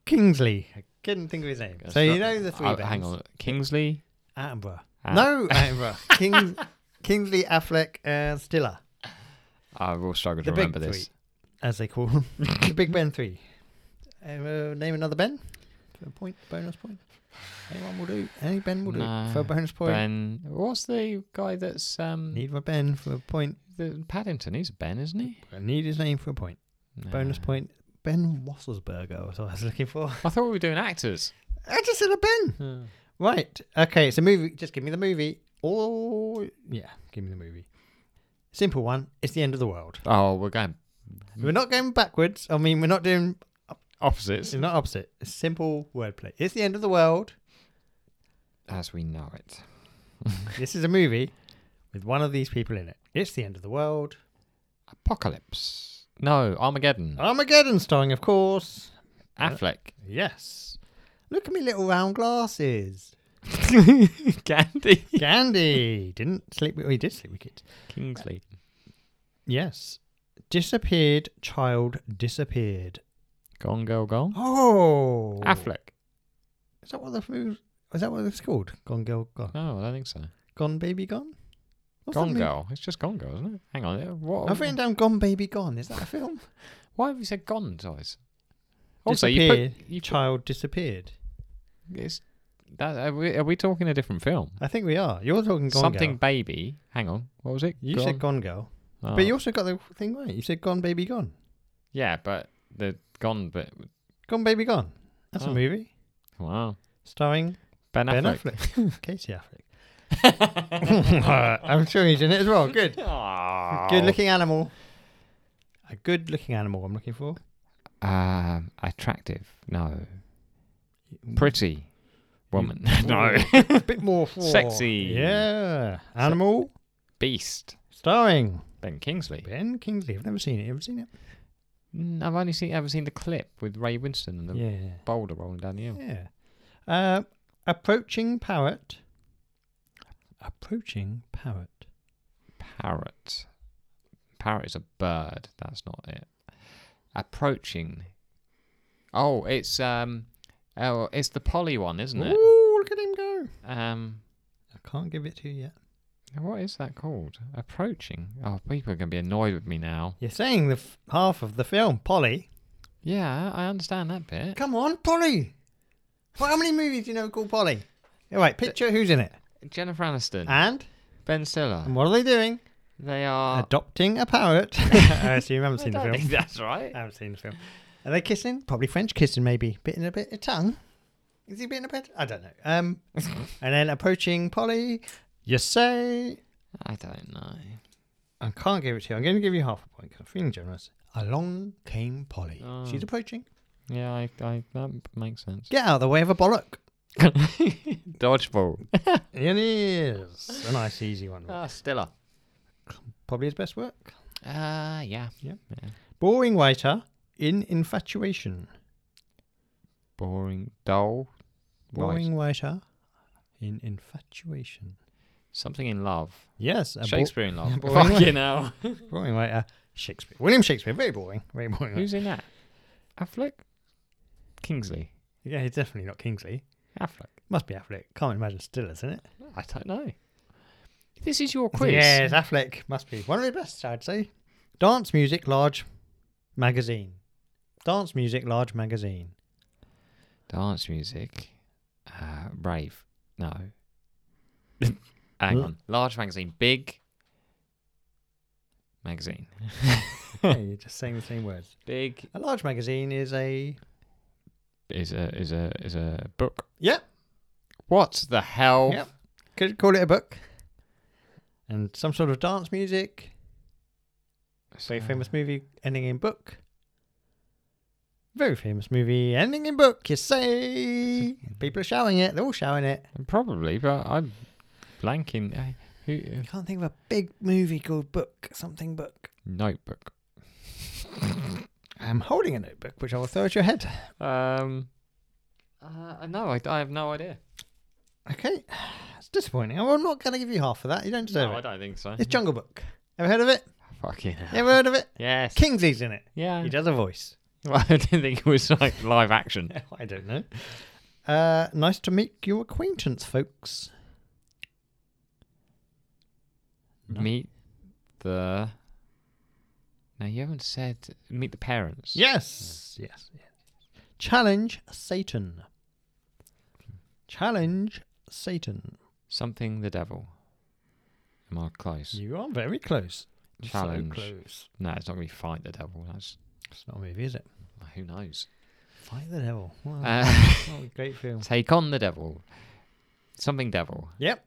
[SPEAKER 1] Kingsley. I couldn't think of his name. so you know the three.
[SPEAKER 2] Oh,
[SPEAKER 1] Bens.
[SPEAKER 2] hang on. Kingsley.
[SPEAKER 1] Attenborough.
[SPEAKER 2] Ah.
[SPEAKER 1] no, Attenborough. King, Kingsley, Affleck, and Stiller.
[SPEAKER 2] I will struggle to
[SPEAKER 1] The
[SPEAKER 2] remember
[SPEAKER 1] Big
[SPEAKER 2] this.
[SPEAKER 1] As they call them. the Big Ben 3. Um, uh, name another Ben for a point, bonus point. Anyone will do. Any Ben will
[SPEAKER 2] No,
[SPEAKER 1] do. For a bonus point.
[SPEAKER 2] Ben. What's the guy that's um
[SPEAKER 1] Need a Ben for a point.
[SPEAKER 2] the Paddington? He's Ben, isn't he?
[SPEAKER 1] I need his name for a point. Bonus
[SPEAKER 2] Nah.
[SPEAKER 1] point. Ben Wasselsberger was what I was looking for.
[SPEAKER 2] I thought we were doing actors.
[SPEAKER 1] I just said a Ben. Right. Okay, it's a movie. Just give me the movie. Or, yeah, give me the movie. Simple one. It's the end of the world.
[SPEAKER 2] Oh, we're going
[SPEAKER 1] We're not going backwards. I mean, we're not doing
[SPEAKER 2] opposites
[SPEAKER 1] It's not opposite. It's simple wordplay. It's the end of the world.
[SPEAKER 2] as we know it.
[SPEAKER 1] this is a movie with one of these people in it. It's the end of the world.
[SPEAKER 2] Apocalypse. No, Armageddon.
[SPEAKER 1] Oh, Armageddon starring, of course,
[SPEAKER 2] Affleck.
[SPEAKER 1] Yes. Look at me little round glasses.
[SPEAKER 2] Gandhi.
[SPEAKER 1] Gandhi didn't sleep with. He did sleep with kids.
[SPEAKER 2] Kingsley.
[SPEAKER 1] Yes. Disappeared child disappeared.
[SPEAKER 2] Gone Girl Gone.
[SPEAKER 1] Oh.
[SPEAKER 2] Affleck.
[SPEAKER 1] Is that what the movie? Is that what it's called? Gone girl gone.
[SPEAKER 2] No, Oh, I don't think so.
[SPEAKER 1] Gone baby gone. What's that
[SPEAKER 2] gone
[SPEAKER 1] movie?
[SPEAKER 2] Girl. It's just Gone Girl, isn't it? Hang on. uh, What?
[SPEAKER 1] I've written down Gone Baby Gone. Is that a film?
[SPEAKER 2] Why have you said Gone twice? Also, you put,
[SPEAKER 1] Disappear.
[SPEAKER 2] you put,
[SPEAKER 1] Child disappeared.
[SPEAKER 2] it's, that, are, we, are we talking a different film?
[SPEAKER 1] I think we are. You're talking Gone
[SPEAKER 2] Something
[SPEAKER 1] Girl.
[SPEAKER 2] Baby. Hang on. What was it?
[SPEAKER 1] You said Gone Girl,
[SPEAKER 2] Oh.
[SPEAKER 1] but you also got the thing right. You said Gone Baby Gone.
[SPEAKER 2] Yeah, but the Gone bit.
[SPEAKER 1] Gone Baby Gone. That's
[SPEAKER 2] Oh.
[SPEAKER 1] a movie
[SPEAKER 2] Wow.
[SPEAKER 1] starring
[SPEAKER 2] Ben Affleck.
[SPEAKER 1] Ben Affleck, Casey Affleck. I'm sure he's in it as well. Good,
[SPEAKER 2] Aw.
[SPEAKER 1] good looking animal. A good looking animal. I'm looking for.
[SPEAKER 2] Um, attractive. No. Pretty. Woman. no.
[SPEAKER 1] a bit more for
[SPEAKER 2] Sexy.
[SPEAKER 1] Yeah, animal
[SPEAKER 2] Beast.
[SPEAKER 1] starring
[SPEAKER 2] Ben Kingsley.
[SPEAKER 1] Ben Kingsley. I've never seen it. You ever seen it?
[SPEAKER 2] Mm, I've only seen ever seen the clip with Ray Winston and the
[SPEAKER 1] yeah.
[SPEAKER 2] boulder rolling down the hill.
[SPEAKER 1] Yeah. Uh, approaching parrot. Approaching parrot.
[SPEAKER 2] Parrot. Parrot is a bird. That's not it. Approaching. Oh, it's um, oh, it's the Polly one, isn't it?
[SPEAKER 1] Ooh, look at him go!
[SPEAKER 2] Um,
[SPEAKER 1] I can't give it to you yet.
[SPEAKER 2] what is that called? Approaching. Oh, people are gonna be annoyed with me now.
[SPEAKER 1] You're saying the f- half of the film, Polly.
[SPEAKER 2] Yeah, I understand that bit.
[SPEAKER 1] Come on, Polly. Well, how many movies do you know called Polly? All right, picture who's in it
[SPEAKER 2] Jennifer Aniston,
[SPEAKER 1] and
[SPEAKER 2] Ben Stiller.
[SPEAKER 1] and what are they doing?
[SPEAKER 2] They are.
[SPEAKER 1] Adopting a parrot. Uh, I assume you haven't
[SPEAKER 2] I
[SPEAKER 1] seen the
[SPEAKER 2] don't
[SPEAKER 1] film.
[SPEAKER 2] think that's right.
[SPEAKER 1] I haven't seen the film. Are they kissing? Probably French kissing, maybe. Biting a bit of tongue. Is he biting a bit? I don't know. Um, and then approaching Polly, you say,
[SPEAKER 2] I don't know.
[SPEAKER 1] I can't give it to you. I'm going to give you half a point because I'm feeling generous. Along came Polly.
[SPEAKER 2] Oh.
[SPEAKER 1] She's approaching.
[SPEAKER 2] Yeah, I, I that makes sense.
[SPEAKER 1] Get out of the way of a bollock.
[SPEAKER 2] Dodgeball.
[SPEAKER 1] It is a nice, easy one.
[SPEAKER 2] Ah, Stiller.
[SPEAKER 1] Probably his best work.
[SPEAKER 2] Uh, yeah.
[SPEAKER 1] Yeah.
[SPEAKER 2] yeah.
[SPEAKER 1] Boring waiter in infatuation.
[SPEAKER 2] Boring, dull, boring.
[SPEAKER 1] Boring waiter in infatuation.
[SPEAKER 2] Something in love.
[SPEAKER 1] Yes, a bo-
[SPEAKER 2] Shakespeare in love.
[SPEAKER 1] boring.
[SPEAKER 2] Fucking hell.
[SPEAKER 1] Boring waiter. Shakespeare. William Shakespeare. Very boring. Very boring.
[SPEAKER 2] Who's in that? Affleck? Kingsley.
[SPEAKER 1] Yeah, he's definitely not Kingsley.
[SPEAKER 2] Affleck.
[SPEAKER 1] Must be Affleck. Can't imagine Stiller's in it.
[SPEAKER 2] I don't know. This is your quiz.
[SPEAKER 1] Yes, Affleck must be one of the best, I'd say. Dance Music Large Magazine. Dance Music Large Magazine.
[SPEAKER 2] Dance music. Uh, rave. No. Hang
[SPEAKER 1] Huh?
[SPEAKER 2] on. Large magazine. Big magazine.
[SPEAKER 1] yeah, you're just saying the same words.
[SPEAKER 2] Big
[SPEAKER 1] A large magazine is a.
[SPEAKER 2] is a is a is a book.
[SPEAKER 1] Yep.
[SPEAKER 2] What the hell?
[SPEAKER 1] Yep. Could call it a book. And some sort of dance music.
[SPEAKER 2] Uh,
[SPEAKER 1] Very famous movie ending in book. Very famous movie ending in book, you say. People are shouting it. They're all shouting it.
[SPEAKER 2] Probably, but I'm blanking. I- Who? uh,
[SPEAKER 1] I can't think of a big movie called Book, something Book.
[SPEAKER 2] Notebook.
[SPEAKER 1] I'm holding a notebook, which I will throw at your head.
[SPEAKER 2] Um. Uh, no, I, I have no idea.
[SPEAKER 1] Okay. It's disappointing. I'm not going to give you half of that. You don't deserve
[SPEAKER 2] No, I
[SPEAKER 1] it.
[SPEAKER 2] don't think so.
[SPEAKER 1] It's Jungle Book. Ever heard of it?
[SPEAKER 2] Fucking hell.
[SPEAKER 1] Ever heard of it?
[SPEAKER 2] Yes.
[SPEAKER 1] Kingsley's in it.
[SPEAKER 2] Yeah.
[SPEAKER 1] He does a voice.
[SPEAKER 2] Well, I didn't think it was like live action.
[SPEAKER 1] I don't know. Uh, nice to make your acquaintance, folks. No.
[SPEAKER 2] Meet the. No, you haven't said meet the parents.
[SPEAKER 1] Yes. Yes. yes. Challenge Satan. Challenge Satan.
[SPEAKER 2] Something the devil. Am I close?
[SPEAKER 1] You are very close.
[SPEAKER 2] Challenge.
[SPEAKER 1] So close.
[SPEAKER 2] No, it's not going to be fight the devil. That's
[SPEAKER 1] It's not a movie, is it?
[SPEAKER 2] who knows.
[SPEAKER 1] Fight the devil. Wow.
[SPEAKER 2] Uh,
[SPEAKER 1] what a great film.
[SPEAKER 2] take on the devil. Something devil.
[SPEAKER 1] Yep.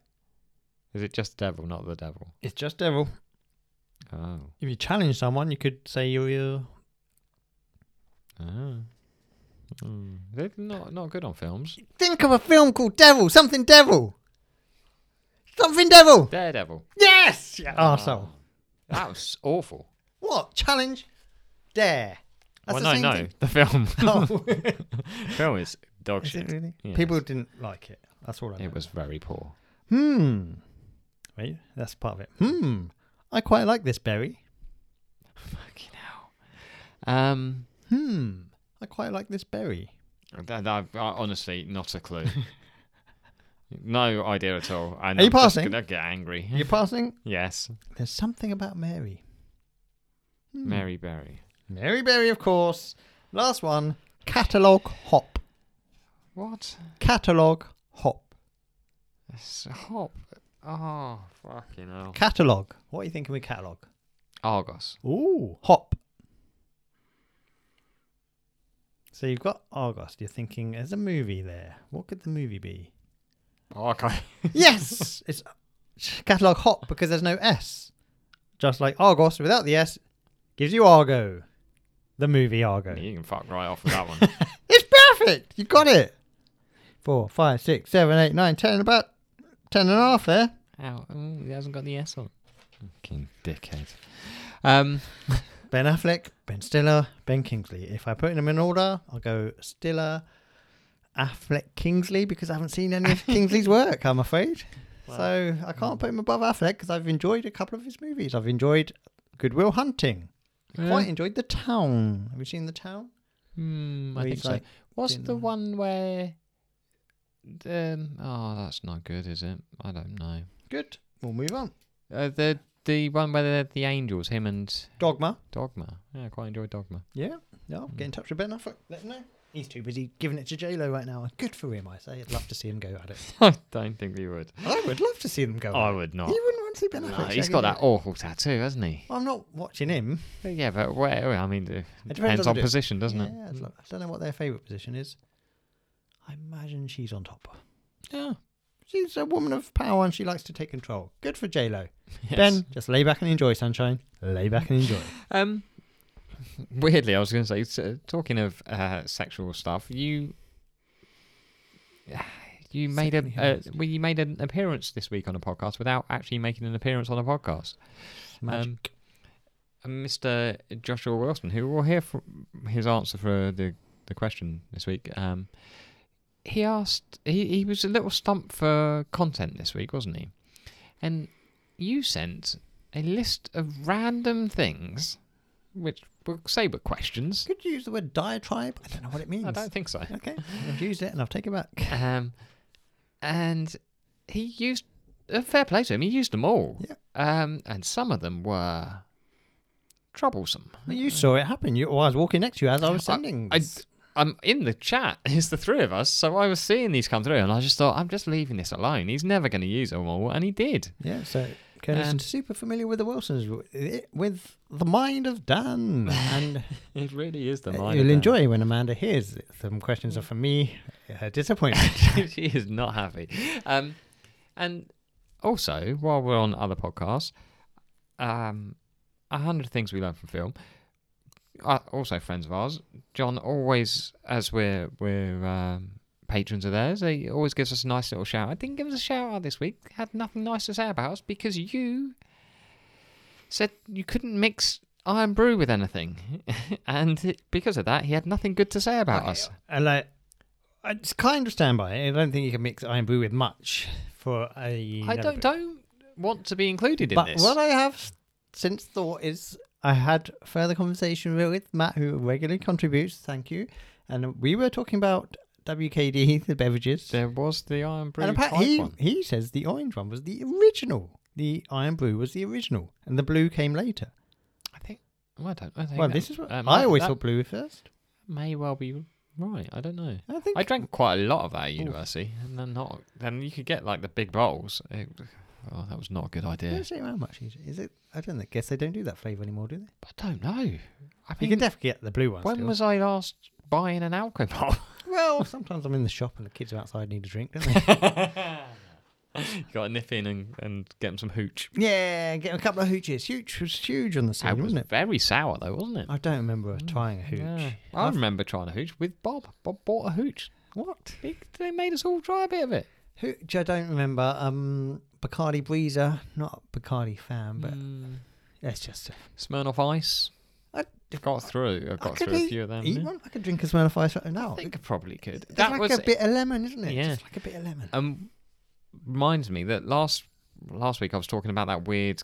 [SPEAKER 2] Is it just devil, not the devil?
[SPEAKER 1] It's just devil.
[SPEAKER 2] Oh.
[SPEAKER 1] If you challenge someone, you could say you're. you're
[SPEAKER 2] Oh. Mm. They're not not good on films.
[SPEAKER 1] Think of a film called Devil. Something Devil. Something Devil.
[SPEAKER 2] Daredevil.
[SPEAKER 1] Ah, Yes. Yeah. Arsehole.
[SPEAKER 2] That was awful.
[SPEAKER 1] What? Challenge? Dare.
[SPEAKER 2] well,
[SPEAKER 1] the
[SPEAKER 2] no,
[SPEAKER 1] same
[SPEAKER 2] no,
[SPEAKER 1] thing.
[SPEAKER 2] the film.
[SPEAKER 1] Oh.
[SPEAKER 2] film is dog
[SPEAKER 1] Is it
[SPEAKER 2] shit.
[SPEAKER 1] really?
[SPEAKER 2] Yes.
[SPEAKER 1] People didn't like it. That's all I know.
[SPEAKER 2] It was very poor.
[SPEAKER 1] Hmm. Wait, that's part of it. Hmm. I quite like this berry.
[SPEAKER 2] Fucking hell. Um,
[SPEAKER 1] Hmm. I quite like this berry.
[SPEAKER 2] that, that, I- honestly, not a clue. no idea at all. And
[SPEAKER 1] Are you
[SPEAKER 2] I'm just
[SPEAKER 1] passing?
[SPEAKER 2] gonna get angry.
[SPEAKER 1] You're passing?
[SPEAKER 2] yes,
[SPEAKER 1] There's something about Mary. Hmm.
[SPEAKER 2] Mary Berry.
[SPEAKER 1] Mary Berry, of course. Last one. Catalogue hop.
[SPEAKER 2] What?
[SPEAKER 1] Catalogue hop.
[SPEAKER 2] It's a hop. Oh, fucking hell.
[SPEAKER 1] Catalogue. What are you thinking with catalogue?
[SPEAKER 2] Argos.
[SPEAKER 1] Ooh, hop. So you've got Argos. You're thinking, there's a movie there. What could the movie be?
[SPEAKER 2] Oh, Okay.
[SPEAKER 1] yes, it's catalog hop because there's no S. Just like Argos without the S gives you Argo, the movie Argo.
[SPEAKER 2] You can fuck right off with that one.
[SPEAKER 1] It's perfect. You got it. Four, five, six, seven, eight, nine, ten. About ten and a half there.
[SPEAKER 2] Ow. Ooh, he hasn't got the S on. Fucking dickhead. Um,
[SPEAKER 1] Ben Affleck, Ben Stiller, Ben Kingsley. If I put them in order, I'll go Stiller, Affleck, Kingsley because I haven't seen any of Kingsley's work, I'm afraid. so I can't put him above Affleck because I've enjoyed a couple of his movies. I've enjoyed Goodwill Hunting.
[SPEAKER 2] Mm.
[SPEAKER 1] I
[SPEAKER 2] uh,
[SPEAKER 1] Quite enjoyed The Town. Have you seen The Town?
[SPEAKER 2] Hmm, I
[SPEAKER 1] Where
[SPEAKER 2] think
[SPEAKER 1] he's
[SPEAKER 2] so.
[SPEAKER 1] like
[SPEAKER 2] What's
[SPEAKER 1] in
[SPEAKER 2] the
[SPEAKER 1] the-
[SPEAKER 2] one where? Um, oh, that's not good, is it? I don't know.
[SPEAKER 1] Good. We'll move on.
[SPEAKER 2] Uh, the the one where they're the angels, him and
[SPEAKER 1] Dogma.
[SPEAKER 2] Dogma. Yeah, I quite enjoy Dogma.
[SPEAKER 1] Yeah. No,
[SPEAKER 2] Mm.
[SPEAKER 1] get in touch with Ben Affleck. Let him know. He's too busy giving it to J Lo right now. Good for him, I say. I'd love to see him go at it.
[SPEAKER 2] I don't think he would.
[SPEAKER 1] I would love to see them go.
[SPEAKER 2] I
[SPEAKER 1] at it.
[SPEAKER 2] would not.
[SPEAKER 1] You wouldn't want to see Ben
[SPEAKER 2] No,
[SPEAKER 1] Affleck.
[SPEAKER 2] Oh. he's
[SPEAKER 1] shagging
[SPEAKER 2] got
[SPEAKER 1] it.
[SPEAKER 2] that awful tattoo, hasn't he?
[SPEAKER 1] I'm not watching him.
[SPEAKER 2] But yeah, but where? I mean, it
[SPEAKER 1] It depends
[SPEAKER 2] depends
[SPEAKER 1] on
[SPEAKER 2] on
[SPEAKER 1] the-
[SPEAKER 2] position, doesn't it? Mm.
[SPEAKER 1] Yeah, it's like- I don't know what their favourite position is. I imagine she's on top.
[SPEAKER 2] Yeah.
[SPEAKER 1] She's a woman of power and she likes to take control. Good for J Lo.
[SPEAKER 2] Yes.
[SPEAKER 1] Ben, just lay back and enjoy, sunshine. Lay back and enjoy.
[SPEAKER 2] Um, weirdly, I was going to say, s- talking of uh, sexual stuff, you you made a
[SPEAKER 1] Sexually
[SPEAKER 2] uh,
[SPEAKER 1] harassed.
[SPEAKER 2] well, you made an appearance this week on a podcast without actually making an appearance on a podcast. Um,
[SPEAKER 1] Magic.
[SPEAKER 2] and Mr. Joshua Wilson, who we'll hear from his answer for the the question this week. Um, he asked. He he was a little stumped for content this week, wasn't he? And you sent a list of random things, which we'll say were questions.
[SPEAKER 1] Could you use the word diatribe? I don't know what it means.
[SPEAKER 2] I don't think so.
[SPEAKER 1] Okay, I've used it and I'll take it back.
[SPEAKER 2] Um, and he used uh, fair play to him. He used them all.
[SPEAKER 1] Yeah.
[SPEAKER 2] Um, and some of them were troublesome.
[SPEAKER 1] Well, you saw it happen. You, well, I was walking next to you as I was sending.
[SPEAKER 2] I,
[SPEAKER 1] this.
[SPEAKER 2] I'm in the chat. It's the three of us, so I was seeing these come through, and I just thought, I'm just leaving this alone. He's never going to use them all, and he did.
[SPEAKER 1] yeah, so Curtis
[SPEAKER 2] Um,
[SPEAKER 1] is super familiar with the Wilsons, w- with the mind of Dan and
[SPEAKER 2] It really is the
[SPEAKER 1] Uh,
[SPEAKER 2] mind.
[SPEAKER 1] You'll enjoy when Amanda hears it. some questions are from me. uh, Her disappointment.
[SPEAKER 2] she is not happy. Um, and also, while we're on other podcasts, um, a hundred things we learned from film. Uh, also, friends of ours, John always, as we're we're um, patrons of theirs, he always gives us a nice little shout. I didn't give us a shout out this week. Had nothing nice to say about us because you said you couldn't mix iron brew with anything, and because of that, he had nothing good to say about us.
[SPEAKER 1] and like, I just kind of stand by it. I don't think you can mix iron brew with much for a.
[SPEAKER 2] I don't don't want to be included in
[SPEAKER 1] But
[SPEAKER 2] this.
[SPEAKER 1] what I have since thought is I had further conversation with Matt, who regularly contributes. Thank you. And we were talking about WKD, the beverages.
[SPEAKER 2] There was the Iron Brew
[SPEAKER 1] and
[SPEAKER 2] type
[SPEAKER 1] apparently, he,
[SPEAKER 2] one.
[SPEAKER 1] he says the orange one was the original. The iron brew was the original, and the blue came later.
[SPEAKER 2] I think. Well, I don't. I think
[SPEAKER 1] Well,
[SPEAKER 2] that-
[SPEAKER 1] this is what
[SPEAKER 2] um,
[SPEAKER 1] I always
[SPEAKER 2] that
[SPEAKER 1] thought blue first.
[SPEAKER 2] May well be right. I don't know.
[SPEAKER 1] I think
[SPEAKER 2] I drank quite a lot of that at university, and then not. Then you could get like the big bowls. It, oh, that was not a good
[SPEAKER 1] Yeah.
[SPEAKER 2] idea.
[SPEAKER 1] Don't say how much is is it? I don't know. Guess they don't do that flavour anymore, do they?
[SPEAKER 2] But I don't know. I mean,
[SPEAKER 1] you can definitely get the blue one.
[SPEAKER 2] when
[SPEAKER 1] still.
[SPEAKER 2] was I last buying an alcohol?
[SPEAKER 1] well, sometimes I'm in the shop and the kids are outside and need a drink, don't they?
[SPEAKER 2] you got to nip in and, and get 'em some hooch.
[SPEAKER 1] yeah, get a couple of hooches. Hooch was huge on the
[SPEAKER 2] That
[SPEAKER 1] scene,
[SPEAKER 2] was
[SPEAKER 1] wasn't it?
[SPEAKER 2] very sour though, wasn't it?
[SPEAKER 1] I don't remember us trying a hooch.
[SPEAKER 2] Yeah. I remember trying a hooch with Bob. Bob bought a hooch.
[SPEAKER 1] What?
[SPEAKER 2] They- They made us all try a bit of it.
[SPEAKER 1] Hooch? I don't remember. Um, Bacardi Breezer, not a Bacardi fan, but
[SPEAKER 2] Mm.
[SPEAKER 1] it's just.
[SPEAKER 2] Smirnoff Ice.
[SPEAKER 1] I
[SPEAKER 2] got through. I
[SPEAKER 1] I
[SPEAKER 2] got
[SPEAKER 1] could
[SPEAKER 2] through a
[SPEAKER 1] eat,
[SPEAKER 2] few of them.
[SPEAKER 1] eat
[SPEAKER 2] yeah.
[SPEAKER 1] one. I could drink a smell of fire starter now.
[SPEAKER 2] I think I probably could.
[SPEAKER 1] it's
[SPEAKER 2] that
[SPEAKER 1] like
[SPEAKER 2] was
[SPEAKER 1] a bit of lemon, isn't it?
[SPEAKER 2] Yeah.
[SPEAKER 1] Just like a bit of lemon.
[SPEAKER 2] um reminds me that last last week I was talking about that weird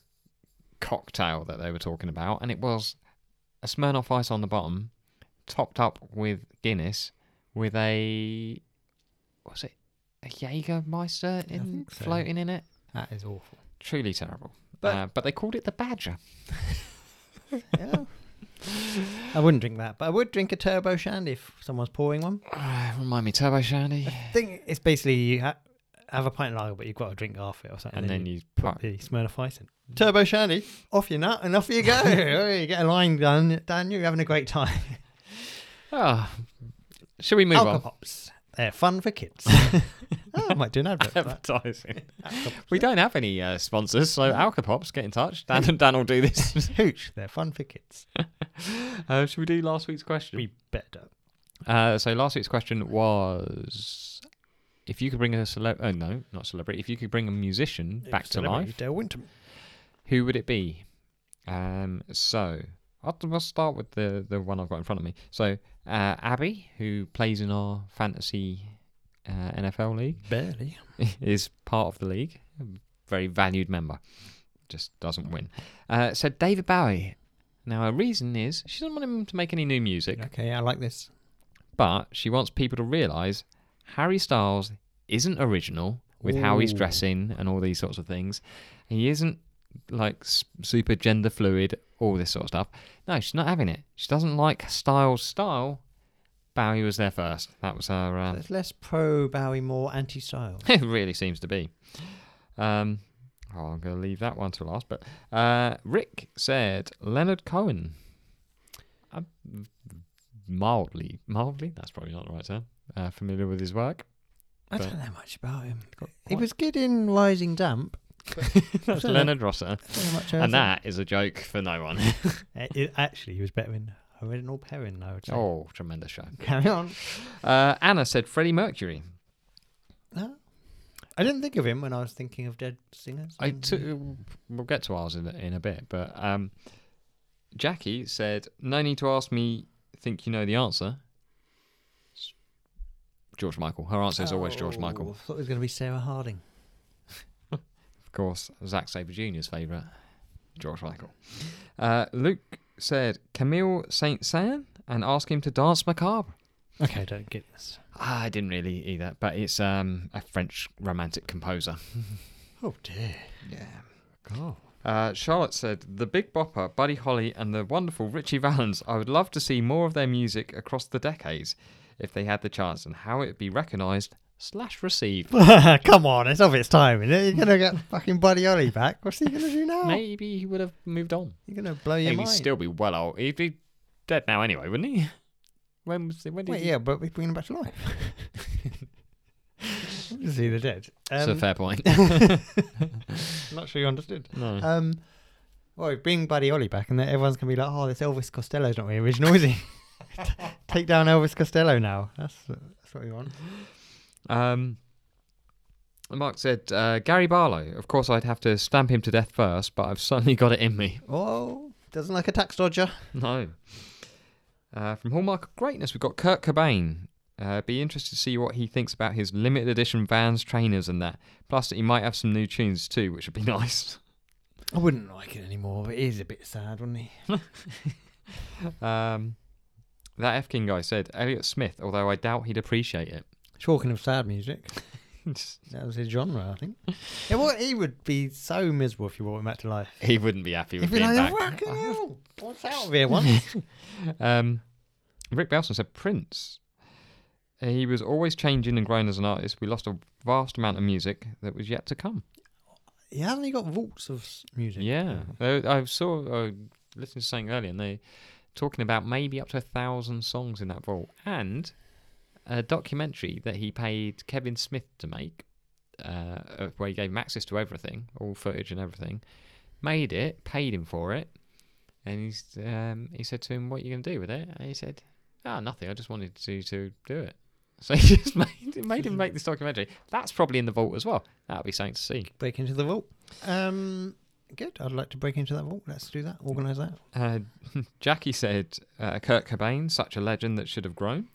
[SPEAKER 2] cocktail that they were talking about, and it was a Smirnoff Ice on the bottom, topped up with Guinness, with a was it a Jägermeister
[SPEAKER 1] I
[SPEAKER 2] in,
[SPEAKER 1] think so.
[SPEAKER 2] floating in it?
[SPEAKER 1] That is awful.
[SPEAKER 2] Truly terrible.
[SPEAKER 1] But-
[SPEAKER 2] But uh, but they called it the Badger.
[SPEAKER 1] Yeah. I wouldn't drink that, but I would drink a turbo shandy if someone's pouring one.
[SPEAKER 2] Uh, remind me, Turbo Shandy.
[SPEAKER 1] I think it's basically you ha- have a pint of lager, but you've got to drink half it or something.
[SPEAKER 2] And then you
[SPEAKER 1] put the Smirnoff Ice in. Turbo shandy, off your nut, and off you go. Oh, you get a line done, Dan. You're having a great time.
[SPEAKER 2] Ah, should we move
[SPEAKER 1] Alka
[SPEAKER 2] on?
[SPEAKER 1] Pops. They're fun for kids. oh, I might do an advert. for that.
[SPEAKER 2] Advertising.
[SPEAKER 1] Alka Pops.
[SPEAKER 2] We don't have any uh, sponsors, so
[SPEAKER 1] Mm-hmm.
[SPEAKER 2] Alcapops, get in touch. Dan and Dan will do this.
[SPEAKER 1] Hooch. They're fun for kids.
[SPEAKER 2] uh, should we do last week's question?
[SPEAKER 1] We better.
[SPEAKER 2] Uh, so last week's question was, if you could bring a celeb, oh no, not celebrity, if you could bring a musician back to
[SPEAKER 1] Celebrity
[SPEAKER 2] life,
[SPEAKER 1] Dale Winton.
[SPEAKER 2] who would it be? Um, so I'll, I'll start with the the one I've got in front of me. So uh, Abby, who plays in our fantasy uh, NFL league.
[SPEAKER 1] Barely.
[SPEAKER 2] is part of the league, a very valued member, just doesn't win. Uh, so David Bowie. Now her reason is she doesn't want him to make any new music,
[SPEAKER 1] Okay, I like this.
[SPEAKER 2] but she wants people to realise Harry Styles isn't original with how he's
[SPEAKER 1] Ooh.
[SPEAKER 2] dressing and all these sorts of things. He isn't like s- super gender fluid, all this sort of stuff. No, she's not having it. She doesn't like Styles' style. Bowie was there first. That was her. Um,
[SPEAKER 1] There's less pro Bowie, more anti style.
[SPEAKER 2] it really seems to be. Um, oh, I'm going to leave that one to last. But uh, Rick said Leonard Cohen. I'm mildly, mildly. That's probably not the right term. Uh, familiar with his work.
[SPEAKER 1] I
[SPEAKER 2] But-
[SPEAKER 1] don't know much about him. He
[SPEAKER 2] quite-
[SPEAKER 1] was good in Rising Damp.
[SPEAKER 2] That's
[SPEAKER 1] So-
[SPEAKER 2] Leonard Rosser,
[SPEAKER 1] I don't know much else.
[SPEAKER 2] and that is a joke for no one.
[SPEAKER 1] Uh, it- actually, he was better in Original Perrin, I would say.
[SPEAKER 2] oh, tremendous show.
[SPEAKER 1] Carry on.
[SPEAKER 2] Uh, Anna said Freddie Mercury.
[SPEAKER 1] No. I didn't think of him when I was thinking of dead singers. Mm.
[SPEAKER 2] I
[SPEAKER 1] and-
[SPEAKER 2] took. We'll get to ours in a, in a bit, but um, Jackie said, "No need to ask me. Think you know the answer." S- George Michael. Her answer is always George
[SPEAKER 1] Oh,
[SPEAKER 2] Michael.
[SPEAKER 1] I thought it was going to be Sarah Harding.
[SPEAKER 2] Of course, Zack Sabre Jr.'s favourite, George Michael. Uh, Luke said, "Camille Saint Saëns and ask him to dance macabre." Ah,
[SPEAKER 1] Okay, don't get this.
[SPEAKER 2] I didn't really either, but it's um, a French romantic composer.
[SPEAKER 1] Oh dear.
[SPEAKER 2] Yeah.
[SPEAKER 1] God.
[SPEAKER 2] Uh, Charlotte said, The Big Bopper, Buddy Holly, and the wonderful Richie Valens. I would love to see more of their music across the decades if they had the chance and how it would be recognised slash received.
[SPEAKER 1] Come on, it's of its time, isn't it? You're going to get fucking Buddy Holly back. What's he going to do
[SPEAKER 2] Oh.
[SPEAKER 1] now?
[SPEAKER 2] Maybe he would have moved on.
[SPEAKER 1] You're going to blow your
[SPEAKER 2] He'd
[SPEAKER 1] mind.
[SPEAKER 2] still be well old. He'd be dead now anyway, wouldn't he? When was it? When did
[SPEAKER 1] Wait,
[SPEAKER 2] he-
[SPEAKER 1] yeah, but we bring him back to life. See the dead.
[SPEAKER 2] It's a
[SPEAKER 1] Um,
[SPEAKER 2] fair point.
[SPEAKER 1] I'm not sure you understood.
[SPEAKER 2] no.
[SPEAKER 1] Um, well, we bring Buddy Holly back, and then everyone's gonna be like, "Oh, this Elvis Costello's not really original, is he?" Take down Elvis Costello now. That's that's what we want.
[SPEAKER 2] Um, Mark said, uh, Gary Barlow. Of course, I'd have to stamp him to death first, but I've certainly got it in me.
[SPEAKER 1] Oh, doesn't like a tax dodger.
[SPEAKER 2] No. Uh, from Hallmark of Greatness, we've got Kurt Cobain. Uh, be interested to see what he thinks about his limited edition vans, trainers, and that. Plus, that he might have some new tunes too, which would be nice.
[SPEAKER 1] I wouldn't like it anymore. But it is a bit sad, wouldn't he?
[SPEAKER 2] Um, that F King guy said Elliot Smith, although I doubt he'd appreciate it.
[SPEAKER 1] Talking of sad music, that was his genre, I think. yeah, well, he would be so miserable if you brought him back to life.
[SPEAKER 2] he wouldn't be happy
[SPEAKER 1] He'd
[SPEAKER 2] with
[SPEAKER 1] be
[SPEAKER 2] being
[SPEAKER 1] like,
[SPEAKER 2] back.
[SPEAKER 1] "Fucking hell, what's out of here, one?"
[SPEAKER 2] Um, Rick Belson said Prince. He was always changing and growing as an artist. We lost a vast amount of music that was yet to come.
[SPEAKER 1] he hasn't he got vaults of s- music?
[SPEAKER 2] Yeah, They- I saw. I listened to something earlier, and they talking about maybe up to a thousand songs in that vault, and a documentary that he paid Kevin Smith to make, uh, uh, where he gave him access to everything, all footage and everything. Made it, paid him for it, and he's um, he said to him, "What are you going to do with it?" And he said, "Ah, nothing. I just wanted to to do it." So he just made, made him make this documentary. That's probably in the vault as well. That'll be something to see.
[SPEAKER 1] Break into the vault. Um, Good. I'd like to break into that vault. Let's do that. Organize that.
[SPEAKER 2] Uh, Jackie said uh, Kurt Cobain, such a legend that should have grown.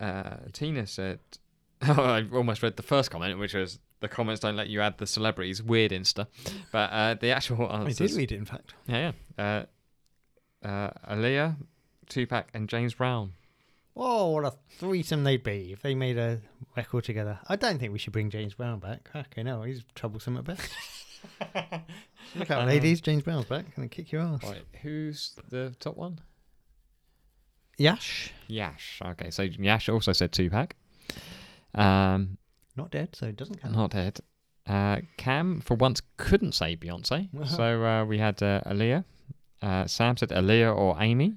[SPEAKER 2] Uh, Tina said, oh, I almost read the first comment, which was the comments don't let you add the celebrities. Weird Insta. But uh, the actual
[SPEAKER 1] I
[SPEAKER 2] answer.
[SPEAKER 1] did read it, in fact.
[SPEAKER 2] Yeah, yeah. Uh, uh, Aaliyah, Tupac, and James Brown.
[SPEAKER 1] Oh, what a threesome they'd be if they made a record together. I don't think we should bring James Brown back. Okay, no, he's troublesome at best. Look out,
[SPEAKER 2] Um,
[SPEAKER 1] ladies. James Brown's back. Gonna kick your ass.
[SPEAKER 2] Right, who's the top one?
[SPEAKER 1] Yash,
[SPEAKER 2] Yash. Okay, so Yash also said Tupac. Um,
[SPEAKER 1] not dead, so it doesn't count.
[SPEAKER 2] Not dead. Uh, Cam, for once, couldn't say Beyonce. so uh, we had uh, Aaliyah. Uh, Sam said Aaliyah or Amy.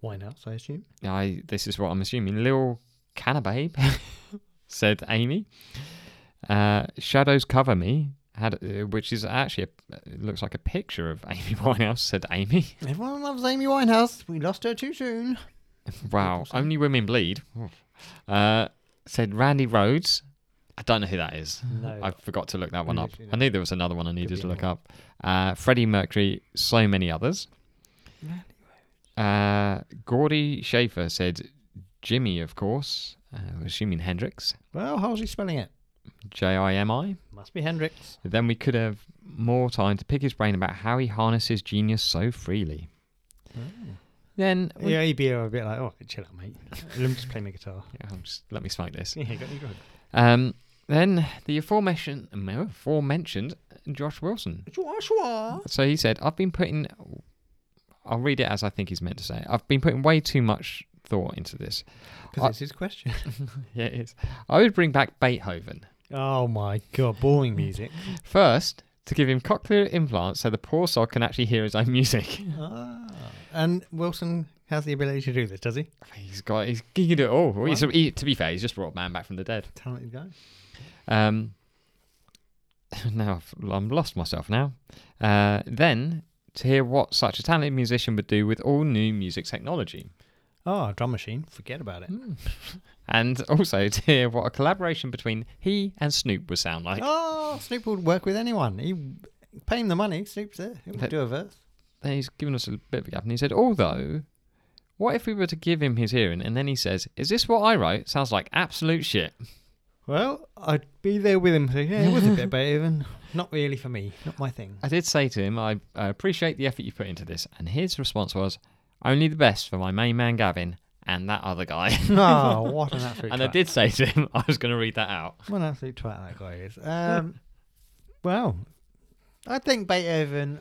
[SPEAKER 1] Why not? I assume.
[SPEAKER 2] I This is what I'm assuming. Lil Canababe said Amy. Uh, Shadows Cover Me, had uh, which is actually, a, it looks like a picture of Amy Winehouse, said Amy.
[SPEAKER 1] Everyone loves Amy Winehouse. We lost her too soon.
[SPEAKER 2] wow.
[SPEAKER 1] say.
[SPEAKER 2] Only Women Bleed. Uh, said Randy Rhodes. I don't know who that is.
[SPEAKER 1] No.
[SPEAKER 2] I forgot to look that one up.
[SPEAKER 1] Literally
[SPEAKER 2] I
[SPEAKER 1] not.
[SPEAKER 2] knew there was another one I needed
[SPEAKER 1] be
[SPEAKER 2] to look up. Uh, Freddie Mercury, so many others. Uh, Gordy Schaefer said Jimmy, of course. Uh, I'm assuming Hendrix,
[SPEAKER 1] Well, how's he spelling it?
[SPEAKER 2] J I M I.
[SPEAKER 1] Must be Hendrix.
[SPEAKER 2] Then we could have more time to pick his brain about how he harnesses genius so freely. Oh. Then we-
[SPEAKER 1] Yeah, he'd be a bit like, oh, chill out, mate. Let me just play my guitar.
[SPEAKER 2] Yeah, I'll Oh, just, let me smoke this.
[SPEAKER 1] Yeah, you got, you got it.
[SPEAKER 2] Um, then the aforementioned, aforementioned Josh Wilson
[SPEAKER 1] Joshua.
[SPEAKER 2] So he said, I've been putting. I'll read it as I think he's meant to say. it. I've been putting way too much thought into this. I-
[SPEAKER 1] Because it's his question.
[SPEAKER 2] Yeah, it is. I would bring back Beethoven.
[SPEAKER 1] Oh my god, boring music.
[SPEAKER 2] First, to give him cochlear implants so the poor sod can actually hear his own music.
[SPEAKER 1] ah. And Wilson has the ability to do this, does he?
[SPEAKER 2] he's got. He's, he can do it all. He's- he- to be fair, he's just brought man back from the dead.
[SPEAKER 1] Talented guy.
[SPEAKER 2] Um, now I've, I'm lost myself now. Uh, then, to hear what such a talented musician would do with all new music technology.
[SPEAKER 1] Oh, drum machine. Forget about it. Hmm.
[SPEAKER 2] And also to hear what a collaboration between he and Snoop would sound like.
[SPEAKER 1] Oh, Snoop would work with anyone. He pay him the money. Snoop's there. He
[SPEAKER 2] That-
[SPEAKER 1] would do a verse.
[SPEAKER 2] Then he's given us a bit of a gap and he said, although, what if we were to give him his hearing and then he says, is this what I wrote? Sounds like absolute shit.
[SPEAKER 1] Well, I'd be there with him. So yeah, it was a bit Beethoven. Not really for me. Not my thing.
[SPEAKER 2] I did say to him, I, I appreciate the effort you put into this. And his response was, only the best for my main man Gavin and that other guy.
[SPEAKER 1] oh, what an absolute.
[SPEAKER 2] and I
[SPEAKER 1] twat.
[SPEAKER 2] did say to him, I was going to read that out.
[SPEAKER 1] What an absolute twat that guy is. Um, well, I think Beethoven.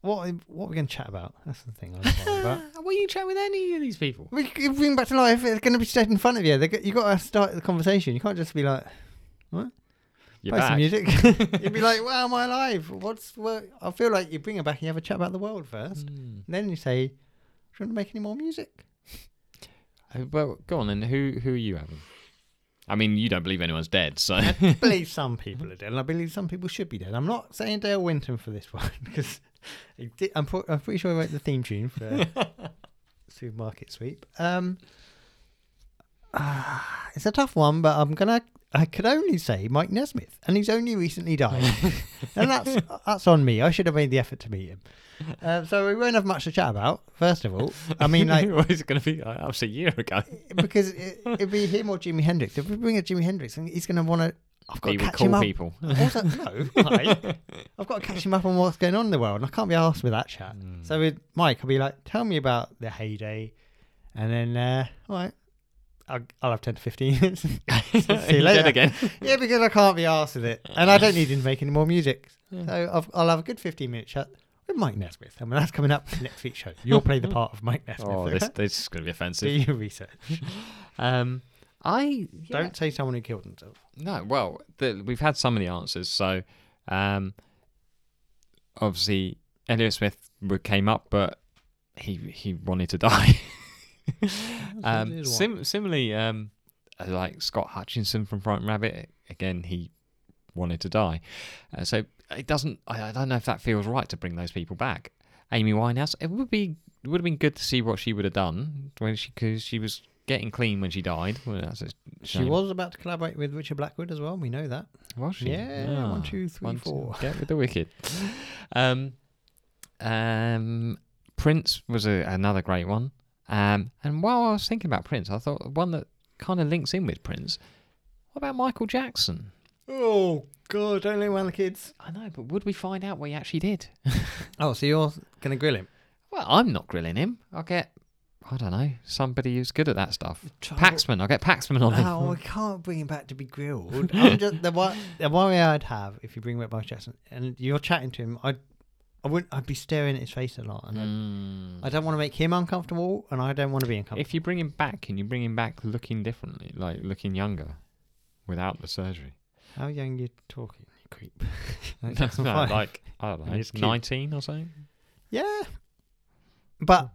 [SPEAKER 1] What what we going to chat about? That's the thing. I'm worried about.
[SPEAKER 2] What are you chatting with any of these people?
[SPEAKER 1] We c- bring them back to life. It's going to be straight in front of you. They g- You got to start the conversation. You can't just be like,
[SPEAKER 2] You're
[SPEAKER 1] play
[SPEAKER 2] back.
[SPEAKER 1] some music. You'd be like, wow, am I alive? What's what? I feel like you bring her back and you have a chat about the world first.
[SPEAKER 2] Mm.
[SPEAKER 1] And then you say, do you want to make any more music?
[SPEAKER 2] Uh, Well, go on then. Who who are you having? I mean, you don't believe anyone's dead, so
[SPEAKER 1] I believe some people are dead, and I believe some people should be dead. I'm not saying Dale Winton for this one because he did- I'm, pro- I'm pretty sure I wrote the theme tune for Supermarket Sweep. Um, ah, it's a tough one, but I'm gonna. I could only say Mike Nesmith, and he's only recently died, and that's that's on me. I should have made the effort to meet him. Um, so we won't have much to chat about. First of all, I mean, like
[SPEAKER 2] it's going to be like, that was a year ago.
[SPEAKER 1] because it, it'd be him or Jimi Hendrix. If we bring a Jimi Hendrix, and he's gonna want to. I've got
[SPEAKER 2] He
[SPEAKER 1] to
[SPEAKER 2] would
[SPEAKER 1] catch him
[SPEAKER 2] call
[SPEAKER 1] up.
[SPEAKER 2] people.
[SPEAKER 1] Also, no, right. I've got to catch him up on what's going on in the world, and I can't be asked with that chat.
[SPEAKER 2] Mm.
[SPEAKER 1] So with Mike, I'll be like, "Tell me about the heyday," and then, uh, all right, I'll, I'll have ten to fifteen minutes.
[SPEAKER 2] He's
[SPEAKER 1] you
[SPEAKER 2] dead
[SPEAKER 1] later.
[SPEAKER 2] again.
[SPEAKER 1] yeah, because I can't be asked with it, and I don't need him to make any more music. So I've, I'll have a good fifteen-minute chat with Mike Nesmith, and when that's coming up next week's show, you'll play the part of Mike Nesmith.
[SPEAKER 2] Oh, this
[SPEAKER 1] okay?
[SPEAKER 2] this is going to be
[SPEAKER 1] Do
[SPEAKER 2] offensive.
[SPEAKER 1] your research.
[SPEAKER 2] Um, I yeah.
[SPEAKER 1] Don't say someone who killed themselves.
[SPEAKER 2] No, well, the, we've had some of the answers. So, um, obviously, Elliot Smith would- came up, but he he wanted to die.
[SPEAKER 1] he
[SPEAKER 2] um,
[SPEAKER 1] did
[SPEAKER 2] sim- similarly, um, uh, like Scott Hutchinson from Frightened Rabbit, again, he wanted to die. Uh, so it doesn't. I, I don't know if that feels right to bring those people back. Amy Winehouse. It would be would have been good to see what she would have done when she because she was getting clean when she died. Well, that's a
[SPEAKER 1] She
[SPEAKER 2] shame.
[SPEAKER 1] was about to collaborate with Richard Blackwood as well. We know that.
[SPEAKER 2] Was she? Ah,
[SPEAKER 1] Yeah, one, two, three, four.
[SPEAKER 2] Get with the wicked. Um, um, Prince was a, another great one. Um, and while I was thinking about Prince, I thought one that kind of links in with Prince. What about Michael Jackson?
[SPEAKER 1] Oh God! Don't lean on the kids.
[SPEAKER 2] I know, but would we find out what he actually did?
[SPEAKER 1] Oh, so you're gonna grill him?
[SPEAKER 2] Well, I'm not grilling him. I'll get, I don't know, somebody who's good at that stuff.
[SPEAKER 1] Trouble-
[SPEAKER 2] Paxman. I'll get Paxman on him.
[SPEAKER 1] Oh, we can't bring him back to be grilled. I'm just, the, wor- the worry I'd have if you bring back Michael Jackson and you're chatting to him, I'd, I wouldn't. I'd be staring at his face a lot, and I'd-
[SPEAKER 2] Mm.
[SPEAKER 1] I don't want to make him uncomfortable, and I don't want to be uncomfortable.
[SPEAKER 2] If you bring him back, can you bring him back looking differently, like looking younger, without the surgery?
[SPEAKER 1] How young you talking, you creep? Like
[SPEAKER 2] no,
[SPEAKER 1] Jackson five.
[SPEAKER 2] like I don't
[SPEAKER 1] And
[SPEAKER 2] know,
[SPEAKER 1] he's cute.
[SPEAKER 2] nineteen or something.
[SPEAKER 1] yeah, but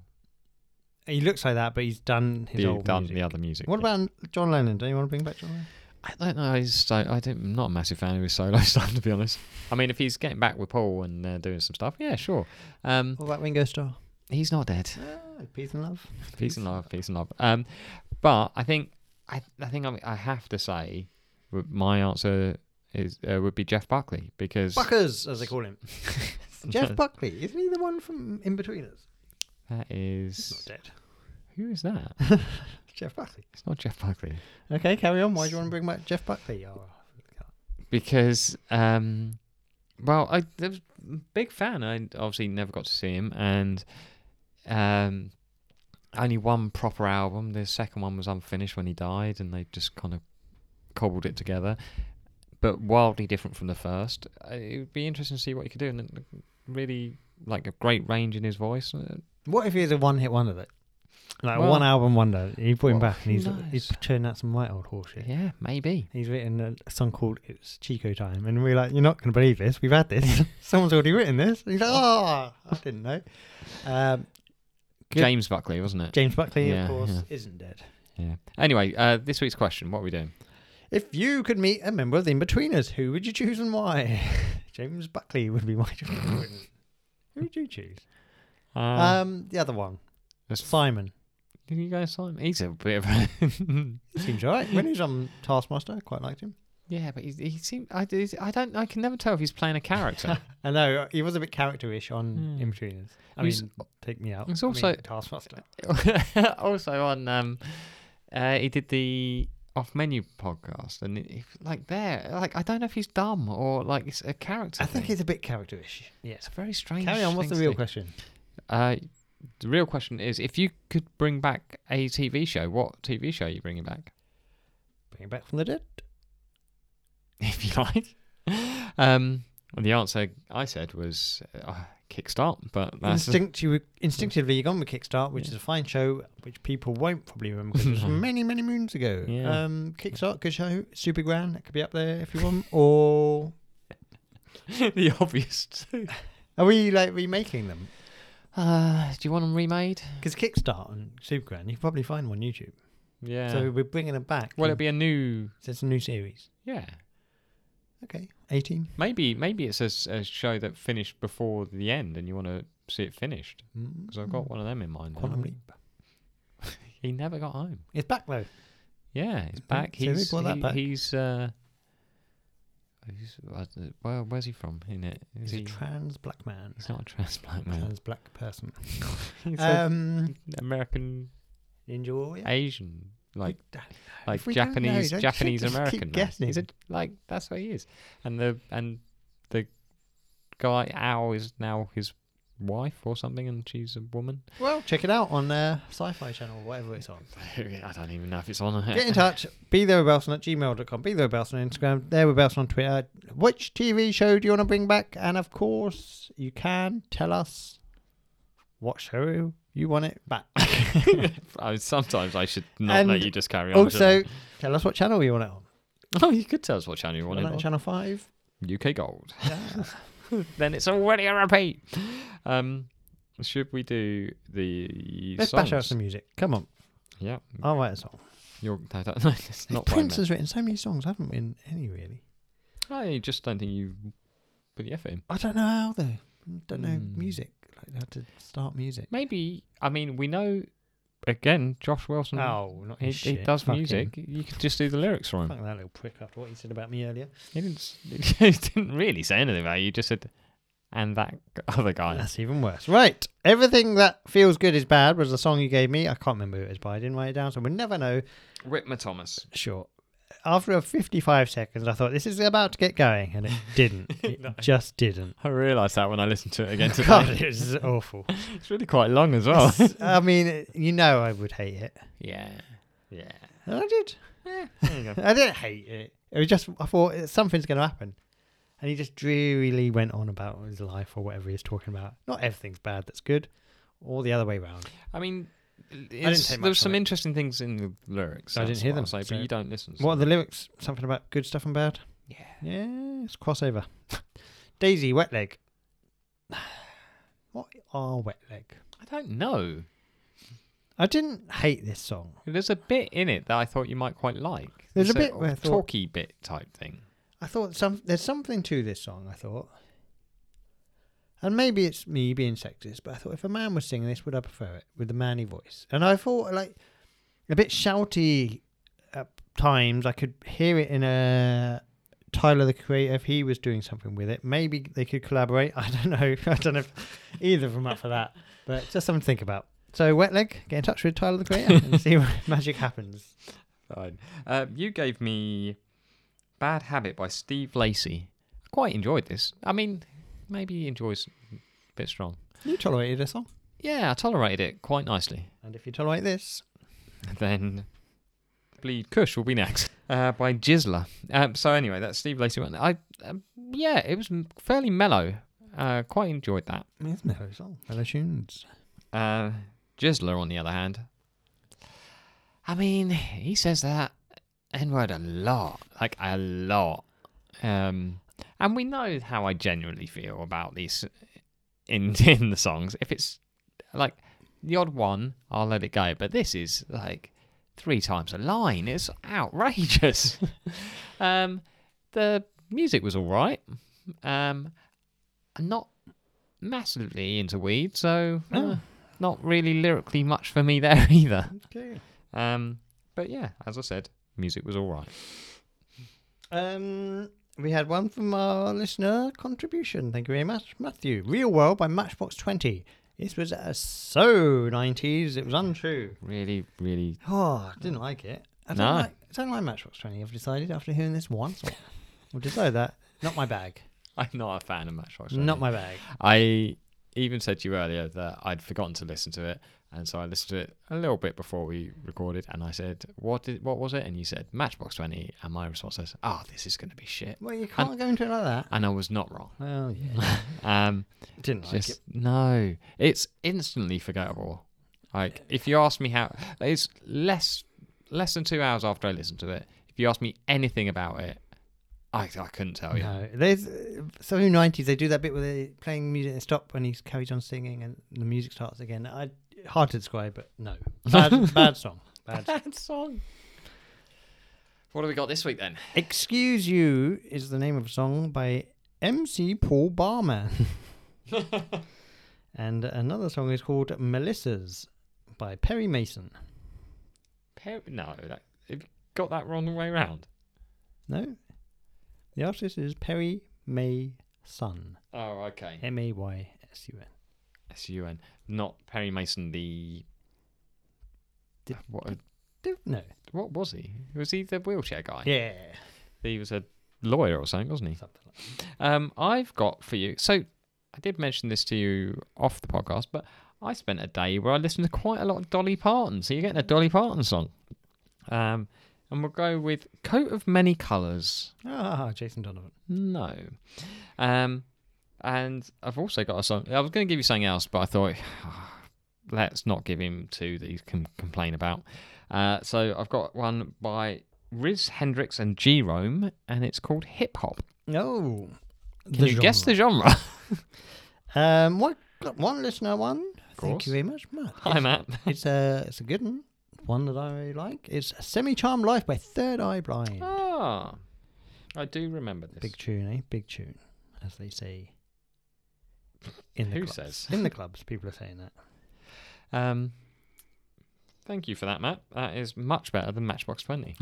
[SPEAKER 1] he looks like that, but he's done his
[SPEAKER 2] The-
[SPEAKER 1] old
[SPEAKER 2] done
[SPEAKER 1] music.
[SPEAKER 2] the other music.
[SPEAKER 1] What
[SPEAKER 2] yeah.
[SPEAKER 1] about John Lennon? Don't you want to bring back John Lennon?
[SPEAKER 2] I don't know. He's so, I don't, I'm not a massive fan of his solo stuff, to be honest. I mean, if he's getting back with Paul and uh, doing some stuff, yeah, sure. Um,
[SPEAKER 1] What about Ringo Starr?
[SPEAKER 2] he's not dead.
[SPEAKER 1] Ah, peace and love.
[SPEAKER 2] peace and love, peace and love. Um, but I think I, I think I, I have to say w- my answer is uh, would be Jeff Buckley because
[SPEAKER 1] Buckers, as they call him. Jeff Buckley, isn't he the one from In Between Us?
[SPEAKER 2] that
[SPEAKER 1] He's
[SPEAKER 2] is
[SPEAKER 1] not dead.
[SPEAKER 2] who is that?
[SPEAKER 1] Jeff Buckley.
[SPEAKER 2] It's not Jeff Buckley.
[SPEAKER 1] Okay, carry on. Why do you want to bring back Jeff Buckley? Oh,
[SPEAKER 2] because um well I, I was a big fan I obviously never got to see him and um only one proper album the second one was unfinished when he died and they just kind of cobbled it together but wildly different from the first Uh, it would be interesting to see what he could do and uh, really like a great range in his voice Uh,
[SPEAKER 1] what if he's a one-hit wonder? That like
[SPEAKER 2] Well-
[SPEAKER 1] one album wonder. You put him
[SPEAKER 2] Well,
[SPEAKER 1] back, and he's
[SPEAKER 2] who
[SPEAKER 1] he's
[SPEAKER 2] knows?
[SPEAKER 1] churning out some white old horseshit.
[SPEAKER 2] yeah maybe
[SPEAKER 1] He's written a, a song called "It's Chico Time," and we're like, "You're not going to believe this. We've had this. Someone's already written this." And he's like, "Oh, I didn't know." Um, Good.
[SPEAKER 2] James Buckley wasn't it
[SPEAKER 1] James Buckley,
[SPEAKER 2] Yeah,
[SPEAKER 1] of course,
[SPEAKER 2] yeah.
[SPEAKER 1] isn't dead.
[SPEAKER 2] yeah anyway uh this week's question what are we doing
[SPEAKER 1] If you could meet a member of the Inbetweeners, who would you choose and why? James Buckley would be my choice. who would you choose? um, the other one,
[SPEAKER 2] that's
[SPEAKER 1] Simon.
[SPEAKER 2] Did you guys saw him? He's a bit of a
[SPEAKER 1] He seems all right. When he was on Taskmaster, I quite liked him.
[SPEAKER 2] yeah, but he, he seemed I, did- I don't I can never tell if he's playing a character.
[SPEAKER 1] I know he was a bit characterish on
[SPEAKER 2] Hmm.
[SPEAKER 1] Inbetweeners. I
[SPEAKER 2] He's-
[SPEAKER 1] mean, take me out.
[SPEAKER 2] he's
[SPEAKER 1] I
[SPEAKER 2] also-
[SPEAKER 1] mean, Taskmaster.
[SPEAKER 2] also on um, uh, he did the off menu podcast and it, it- like there like I don't know if he's dumb or like it's a character.
[SPEAKER 1] I think
[SPEAKER 2] thing.
[SPEAKER 1] he's a bit characterish.
[SPEAKER 2] it's
[SPEAKER 1] Yes.
[SPEAKER 2] a very strange.
[SPEAKER 1] Carry on. What's the
[SPEAKER 2] thing to
[SPEAKER 1] real
[SPEAKER 2] do.
[SPEAKER 1] question?
[SPEAKER 2] Uh, the real question is if you could bring back a TV show, what TV show are you bringing back?
[SPEAKER 1] Bring it back from the dead.
[SPEAKER 2] if you like. Um, well, the answer I said was uh, Kickstart, but that's Hmm.
[SPEAKER 1] Instinct, you were, instinctively, you're gone with Kickstart, which
[SPEAKER 2] Yeah.
[SPEAKER 1] is a fine show, which people won't probably remember because it was
[SPEAKER 2] No.
[SPEAKER 1] many, many moons ago.
[SPEAKER 2] Yeah.
[SPEAKER 1] Um, Kickstart, good show. Super Grand, that could be up there if you want. or
[SPEAKER 2] the obvious. two.
[SPEAKER 1] are we like remaking them?
[SPEAKER 2] Uh, do you want them remade?
[SPEAKER 1] Because Kickstart and Super Grand, you can probably find them on YouTube.
[SPEAKER 2] Yeah.
[SPEAKER 1] So we're bringing them back.
[SPEAKER 2] well, it'd
[SPEAKER 1] and-
[SPEAKER 2] be a new.
[SPEAKER 1] so it's a new series.
[SPEAKER 2] Yeah.
[SPEAKER 1] Okay, 18.
[SPEAKER 2] Maybe maybe it's a, s- a show that finished before the end, and you want to see it finished. Because I've got one of them in mind.
[SPEAKER 1] Mm.
[SPEAKER 2] now.
[SPEAKER 1] Quantum Leap.
[SPEAKER 2] He never got home.
[SPEAKER 1] It's back though.
[SPEAKER 2] Yeah, he's back.
[SPEAKER 1] So they
[SPEAKER 2] He's
[SPEAKER 1] brought that
[SPEAKER 2] he-
[SPEAKER 1] back.
[SPEAKER 2] he's. Uh, he's I d- well, where's he from? In it? Is
[SPEAKER 1] He's a
[SPEAKER 2] he?
[SPEAKER 1] trans black man.
[SPEAKER 2] he's not a transplant man.
[SPEAKER 1] Trans black person.
[SPEAKER 2] He's a-
[SPEAKER 1] Um,
[SPEAKER 2] American
[SPEAKER 1] Ninja Warrior.
[SPEAKER 2] Asian, like
[SPEAKER 1] Don't know.
[SPEAKER 2] like
[SPEAKER 1] If we don't know,
[SPEAKER 2] Japanese
[SPEAKER 1] don't you
[SPEAKER 2] Japanese
[SPEAKER 1] just keep
[SPEAKER 2] American. man. He's a,
[SPEAKER 1] guessing?
[SPEAKER 2] like that's what he is, and the and the guy Al is now his wife or something, and she's a woman.
[SPEAKER 1] Well, check it out on uh, Sci Fi Channel, whatever it's on.
[SPEAKER 2] I don't even know if it's on.
[SPEAKER 1] Get in touch. Be there with Belson at gmail.com. Be there with Belson on Instagram. There with Belson on Twitter. Which TV show do you want to bring back? And of course, you can tell us what show you want it back.
[SPEAKER 2] I mean, sometimes I should not
[SPEAKER 1] And
[SPEAKER 2] let you just carry on.
[SPEAKER 1] also,
[SPEAKER 2] shouldn't
[SPEAKER 1] tell us what channel you want it on.
[SPEAKER 2] I? oh, you could tell us what channel you
[SPEAKER 1] Want it on
[SPEAKER 2] wanted.
[SPEAKER 1] Channel 5?
[SPEAKER 2] UK Gold.
[SPEAKER 1] Yeah.
[SPEAKER 2] then it's already a repeat. Um, should we do the?
[SPEAKER 1] Let's bash out
[SPEAKER 2] songs? Mm.
[SPEAKER 1] some music. Come on.
[SPEAKER 2] Yeah,
[SPEAKER 1] I'll write a song.
[SPEAKER 2] you're, no, no, no, it's not. what I meant.
[SPEAKER 1] Prince has written so many songs. I haven't written any, really.
[SPEAKER 2] I just don't think you put the effort in.
[SPEAKER 1] I don't know how, though. I don't know
[SPEAKER 2] Hmm.
[SPEAKER 1] music. Like how to start music.
[SPEAKER 2] Maybe I mean we know again, Josh Wilson.
[SPEAKER 1] Oh, not
[SPEAKER 2] He,
[SPEAKER 1] his
[SPEAKER 2] he
[SPEAKER 1] shit.
[SPEAKER 2] does
[SPEAKER 1] Fuck him.
[SPEAKER 2] music. You could just do the lyrics for him.
[SPEAKER 1] Fuck that little prick after what he said about me earlier.
[SPEAKER 2] He didn't, s- he didn't really say anything about you. He just said, and that g- other guy.
[SPEAKER 1] That's even worse. Right. Everything that feels good is bad was the song you gave me. I can't remember who it was by. I didn't write it down, so we'll never know.
[SPEAKER 2] Ritma Thomas.
[SPEAKER 1] Sure. After 55 seconds, I thought this is about to get going, and it didn't. It
[SPEAKER 2] No.
[SPEAKER 1] just didn't.
[SPEAKER 2] I realised that when I listened to it again today. Oh.
[SPEAKER 1] God, it was awful.
[SPEAKER 2] It's really quite long as well.
[SPEAKER 1] I mean, you know, I would hate it.
[SPEAKER 2] yeah. Yeah.
[SPEAKER 1] And I did.
[SPEAKER 2] There you go.
[SPEAKER 1] I didn't hate it. It was just I thought eh, something's going to happen, and he just drearily went on about his life or whatever he was talking about. Not everything's bad that's good, or the other way round.
[SPEAKER 2] I mean,
[SPEAKER 1] take
[SPEAKER 2] it's,
[SPEAKER 1] much
[SPEAKER 2] there's some
[SPEAKER 1] from it.
[SPEAKER 2] interesting things in the lyrics.
[SPEAKER 1] I didn't
[SPEAKER 2] that's
[SPEAKER 1] hear
[SPEAKER 2] what I'll
[SPEAKER 1] them,
[SPEAKER 2] Say,
[SPEAKER 1] so-
[SPEAKER 2] But you don't listen. so-
[SPEAKER 1] What are the lyrics? Something about good stuff and bad.
[SPEAKER 2] Yeah.
[SPEAKER 1] Yeah, it's crossover. Daisy wet leg. What are wet leg?
[SPEAKER 2] I don't know.
[SPEAKER 1] I didn't hate this song.
[SPEAKER 2] There's a bit in it that I thought you might quite like.
[SPEAKER 1] There's a
[SPEAKER 2] It's
[SPEAKER 1] bit where I thought-
[SPEAKER 2] talky bit type thing.
[SPEAKER 1] I thought some there's something to this song. I thought, and maybe it's me being sexist, but I thought if a man was singing this, would I prefer it with the manly voice? And I thought like a bit shouty at times. I could hear it in a Tyler the Creator if he was doing something with it. Maybe they could collaborate. I don't know. I don't know if either of them up for that. But just something to think about. So wet leg, get in touch with Tyler the Creator and see what magic happens.
[SPEAKER 2] Fine. Uh, you gave me Bad Habit by Steve Lacey. I quite enjoyed this. I mean, maybe he enjoys a bit strong.
[SPEAKER 1] You tolerated a song,
[SPEAKER 2] Yeah, I tolerated it quite nicely.
[SPEAKER 1] and if you tolerate this,
[SPEAKER 2] Then Bleed Kush will be next uh, by Jizzler. Um, so anyway, that's Steve Lacey one. I um, yeah, it was m- fairly mellow. Uh, quite enjoyed that.
[SPEAKER 1] it's no song, no tunes.
[SPEAKER 2] Uh, Jizzler, on the other hand, I mean, he says that N word a lot, like a lot. Um, and we know how I genuinely feel about these in in the songs. If it's like the odd one, I'll let it go. But this is like three times a line. It's outrageous. um, the music was all right. Um, I'm not massively into weed, so uh,
[SPEAKER 1] Oh.
[SPEAKER 2] not really lyrically much for me there either.
[SPEAKER 1] Okay.
[SPEAKER 2] Um, but yeah, as I said, music was all right.
[SPEAKER 1] Um, we had one from our listener contribution. Thank you very much, Matthew. Real World by Matchbox Twenty. This was uh, so nineties. It was untrue.
[SPEAKER 2] Really, really.
[SPEAKER 1] Oh, I didn't like it. I don't
[SPEAKER 2] No.
[SPEAKER 1] like. I don't like Matchbox Twenty. I've decided after hearing this once. I've decided that not my bag.
[SPEAKER 2] I'm not a fan of Matchbox.
[SPEAKER 1] Not
[SPEAKER 2] Twenty.
[SPEAKER 1] my bag.
[SPEAKER 2] I even said to you earlier that I'd forgotten to listen to it, and so I listened to it a little bit before we recorded, and I said, "What did? What was it?" And you said, "Matchbox 20," and my response was, "Ah, this is going to be shit,"
[SPEAKER 1] Well, you can't go into it like that.
[SPEAKER 2] and I was not wrong.
[SPEAKER 1] Well, yeah,
[SPEAKER 2] Um,
[SPEAKER 1] didn't like
[SPEAKER 2] just
[SPEAKER 1] it.
[SPEAKER 2] no, it's instantly forgettable. Like if you ask me how, it's less less than two hours after I listened to it. If you ask me anything about it, I I couldn't tell you.
[SPEAKER 1] No, there's so in nineties they do that bit where they're playing music and stop and he carries on singing and the music starts again. I hard to describe, but no, bad, bad song. Bad.
[SPEAKER 2] That song. What have we got this week then?
[SPEAKER 1] Excuse you is the name of a song by MC Paul Barman, and another song is called Melissa's by Perry Mason.
[SPEAKER 2] Per- no, that, you've got that wrong way round.
[SPEAKER 1] No, the artist is Perry Mason.
[SPEAKER 2] Oh, okay.
[SPEAKER 1] M A Y S U N.
[SPEAKER 2] S U N, not Perry Mason. The
[SPEAKER 1] Did-
[SPEAKER 2] what?
[SPEAKER 1] Do- No.
[SPEAKER 2] What was he? Was he the wheelchair guy?
[SPEAKER 1] Yeah.
[SPEAKER 2] He was a lawyer or something, wasn't he?
[SPEAKER 1] Something like that.
[SPEAKER 2] Um, I've got for you. So I did mention this to you off the podcast, but I spent a day where I listened to quite a lot of Dolly Parton. So you're getting a Dolly Parton song. Um, and we'll go with "Coat of Many Colors."
[SPEAKER 1] Ah, Jason Donovan.
[SPEAKER 2] No. Um, and I've also got a song. I was going to give you something else, but I thought let's not give him two that he can complain about. Uh, so I've got one by Riz Hendrix and G Rome, and it's called Hip Hop.
[SPEAKER 1] No.
[SPEAKER 2] Can you guess the genre?
[SPEAKER 1] Um, what got one listener one? Thank
[SPEAKER 2] course.
[SPEAKER 1] you very much, Matt.
[SPEAKER 2] Hi, Matt.
[SPEAKER 1] It's a it's a good one. One that I really like. It's Semi Charmed Life by Third Eye Blind.
[SPEAKER 2] Ah, I do remember this.
[SPEAKER 1] Big tune, eh? Big tune, as they say. In the
[SPEAKER 2] Who
[SPEAKER 1] clubs.
[SPEAKER 2] says?
[SPEAKER 1] In the clubs, people are saying that.
[SPEAKER 2] Um, Thank you for that, Matt. That is much better than Matchbox 20.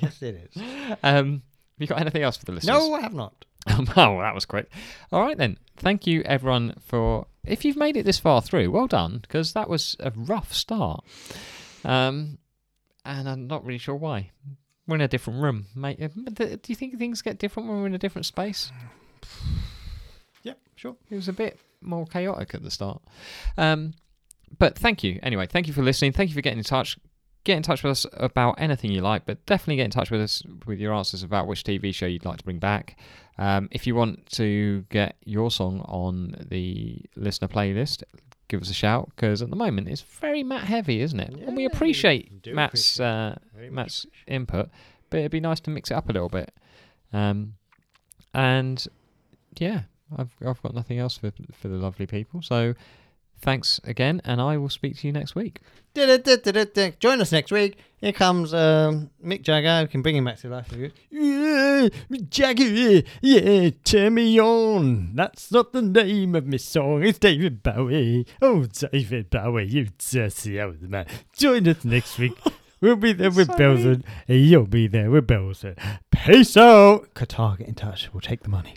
[SPEAKER 1] yes, it is.
[SPEAKER 2] um, have you got anything else for the listeners?
[SPEAKER 1] No, I have not.
[SPEAKER 2] Um, wow, that was quick. All right then. Thank you everyone for if you've made it this far through. Well done, because that was a rough start. Um, and I'm not really sure why. We're in a different room, mate. Uh, but th- Do you think things get different when we're in a different space?
[SPEAKER 1] Yep, sure.
[SPEAKER 2] It was a bit more chaotic at the start. Um, but thank you anyway. Thank you for listening. Thank you for getting in touch. Get in touch with us about anything you like, but definitely get in touch with us with your answers about which TV show you'd like to bring back. Um, if you want to get your song on the listener playlist, give us a shout because at the moment it's very Matt heavy, isn't it? and we
[SPEAKER 1] Yeah, we
[SPEAKER 2] appreciate
[SPEAKER 1] do
[SPEAKER 2] Matt's uh,
[SPEAKER 1] Very much.
[SPEAKER 2] Matt's input, but it'd be nice to mix it up a little bit. Um, and yeah, I've I've got nothing else for for the lovely people. So thanks again, and I will speak to you next week.
[SPEAKER 1] Du-du-du-du-du-du. Join us next week. Here comes um, Mick Jagger. We can bring him back to life. if you- Yeah, Mick Jagger, yeah, turn me on. That's not the name of my song. It's David Bowie. Oh, David Bowie, you dirty old man. Join us next week. We'll be there with
[SPEAKER 2] Sorry.
[SPEAKER 1] Belson. and You'll be there with Belson. Peace out. Qatar, get in touch. We'll take the money.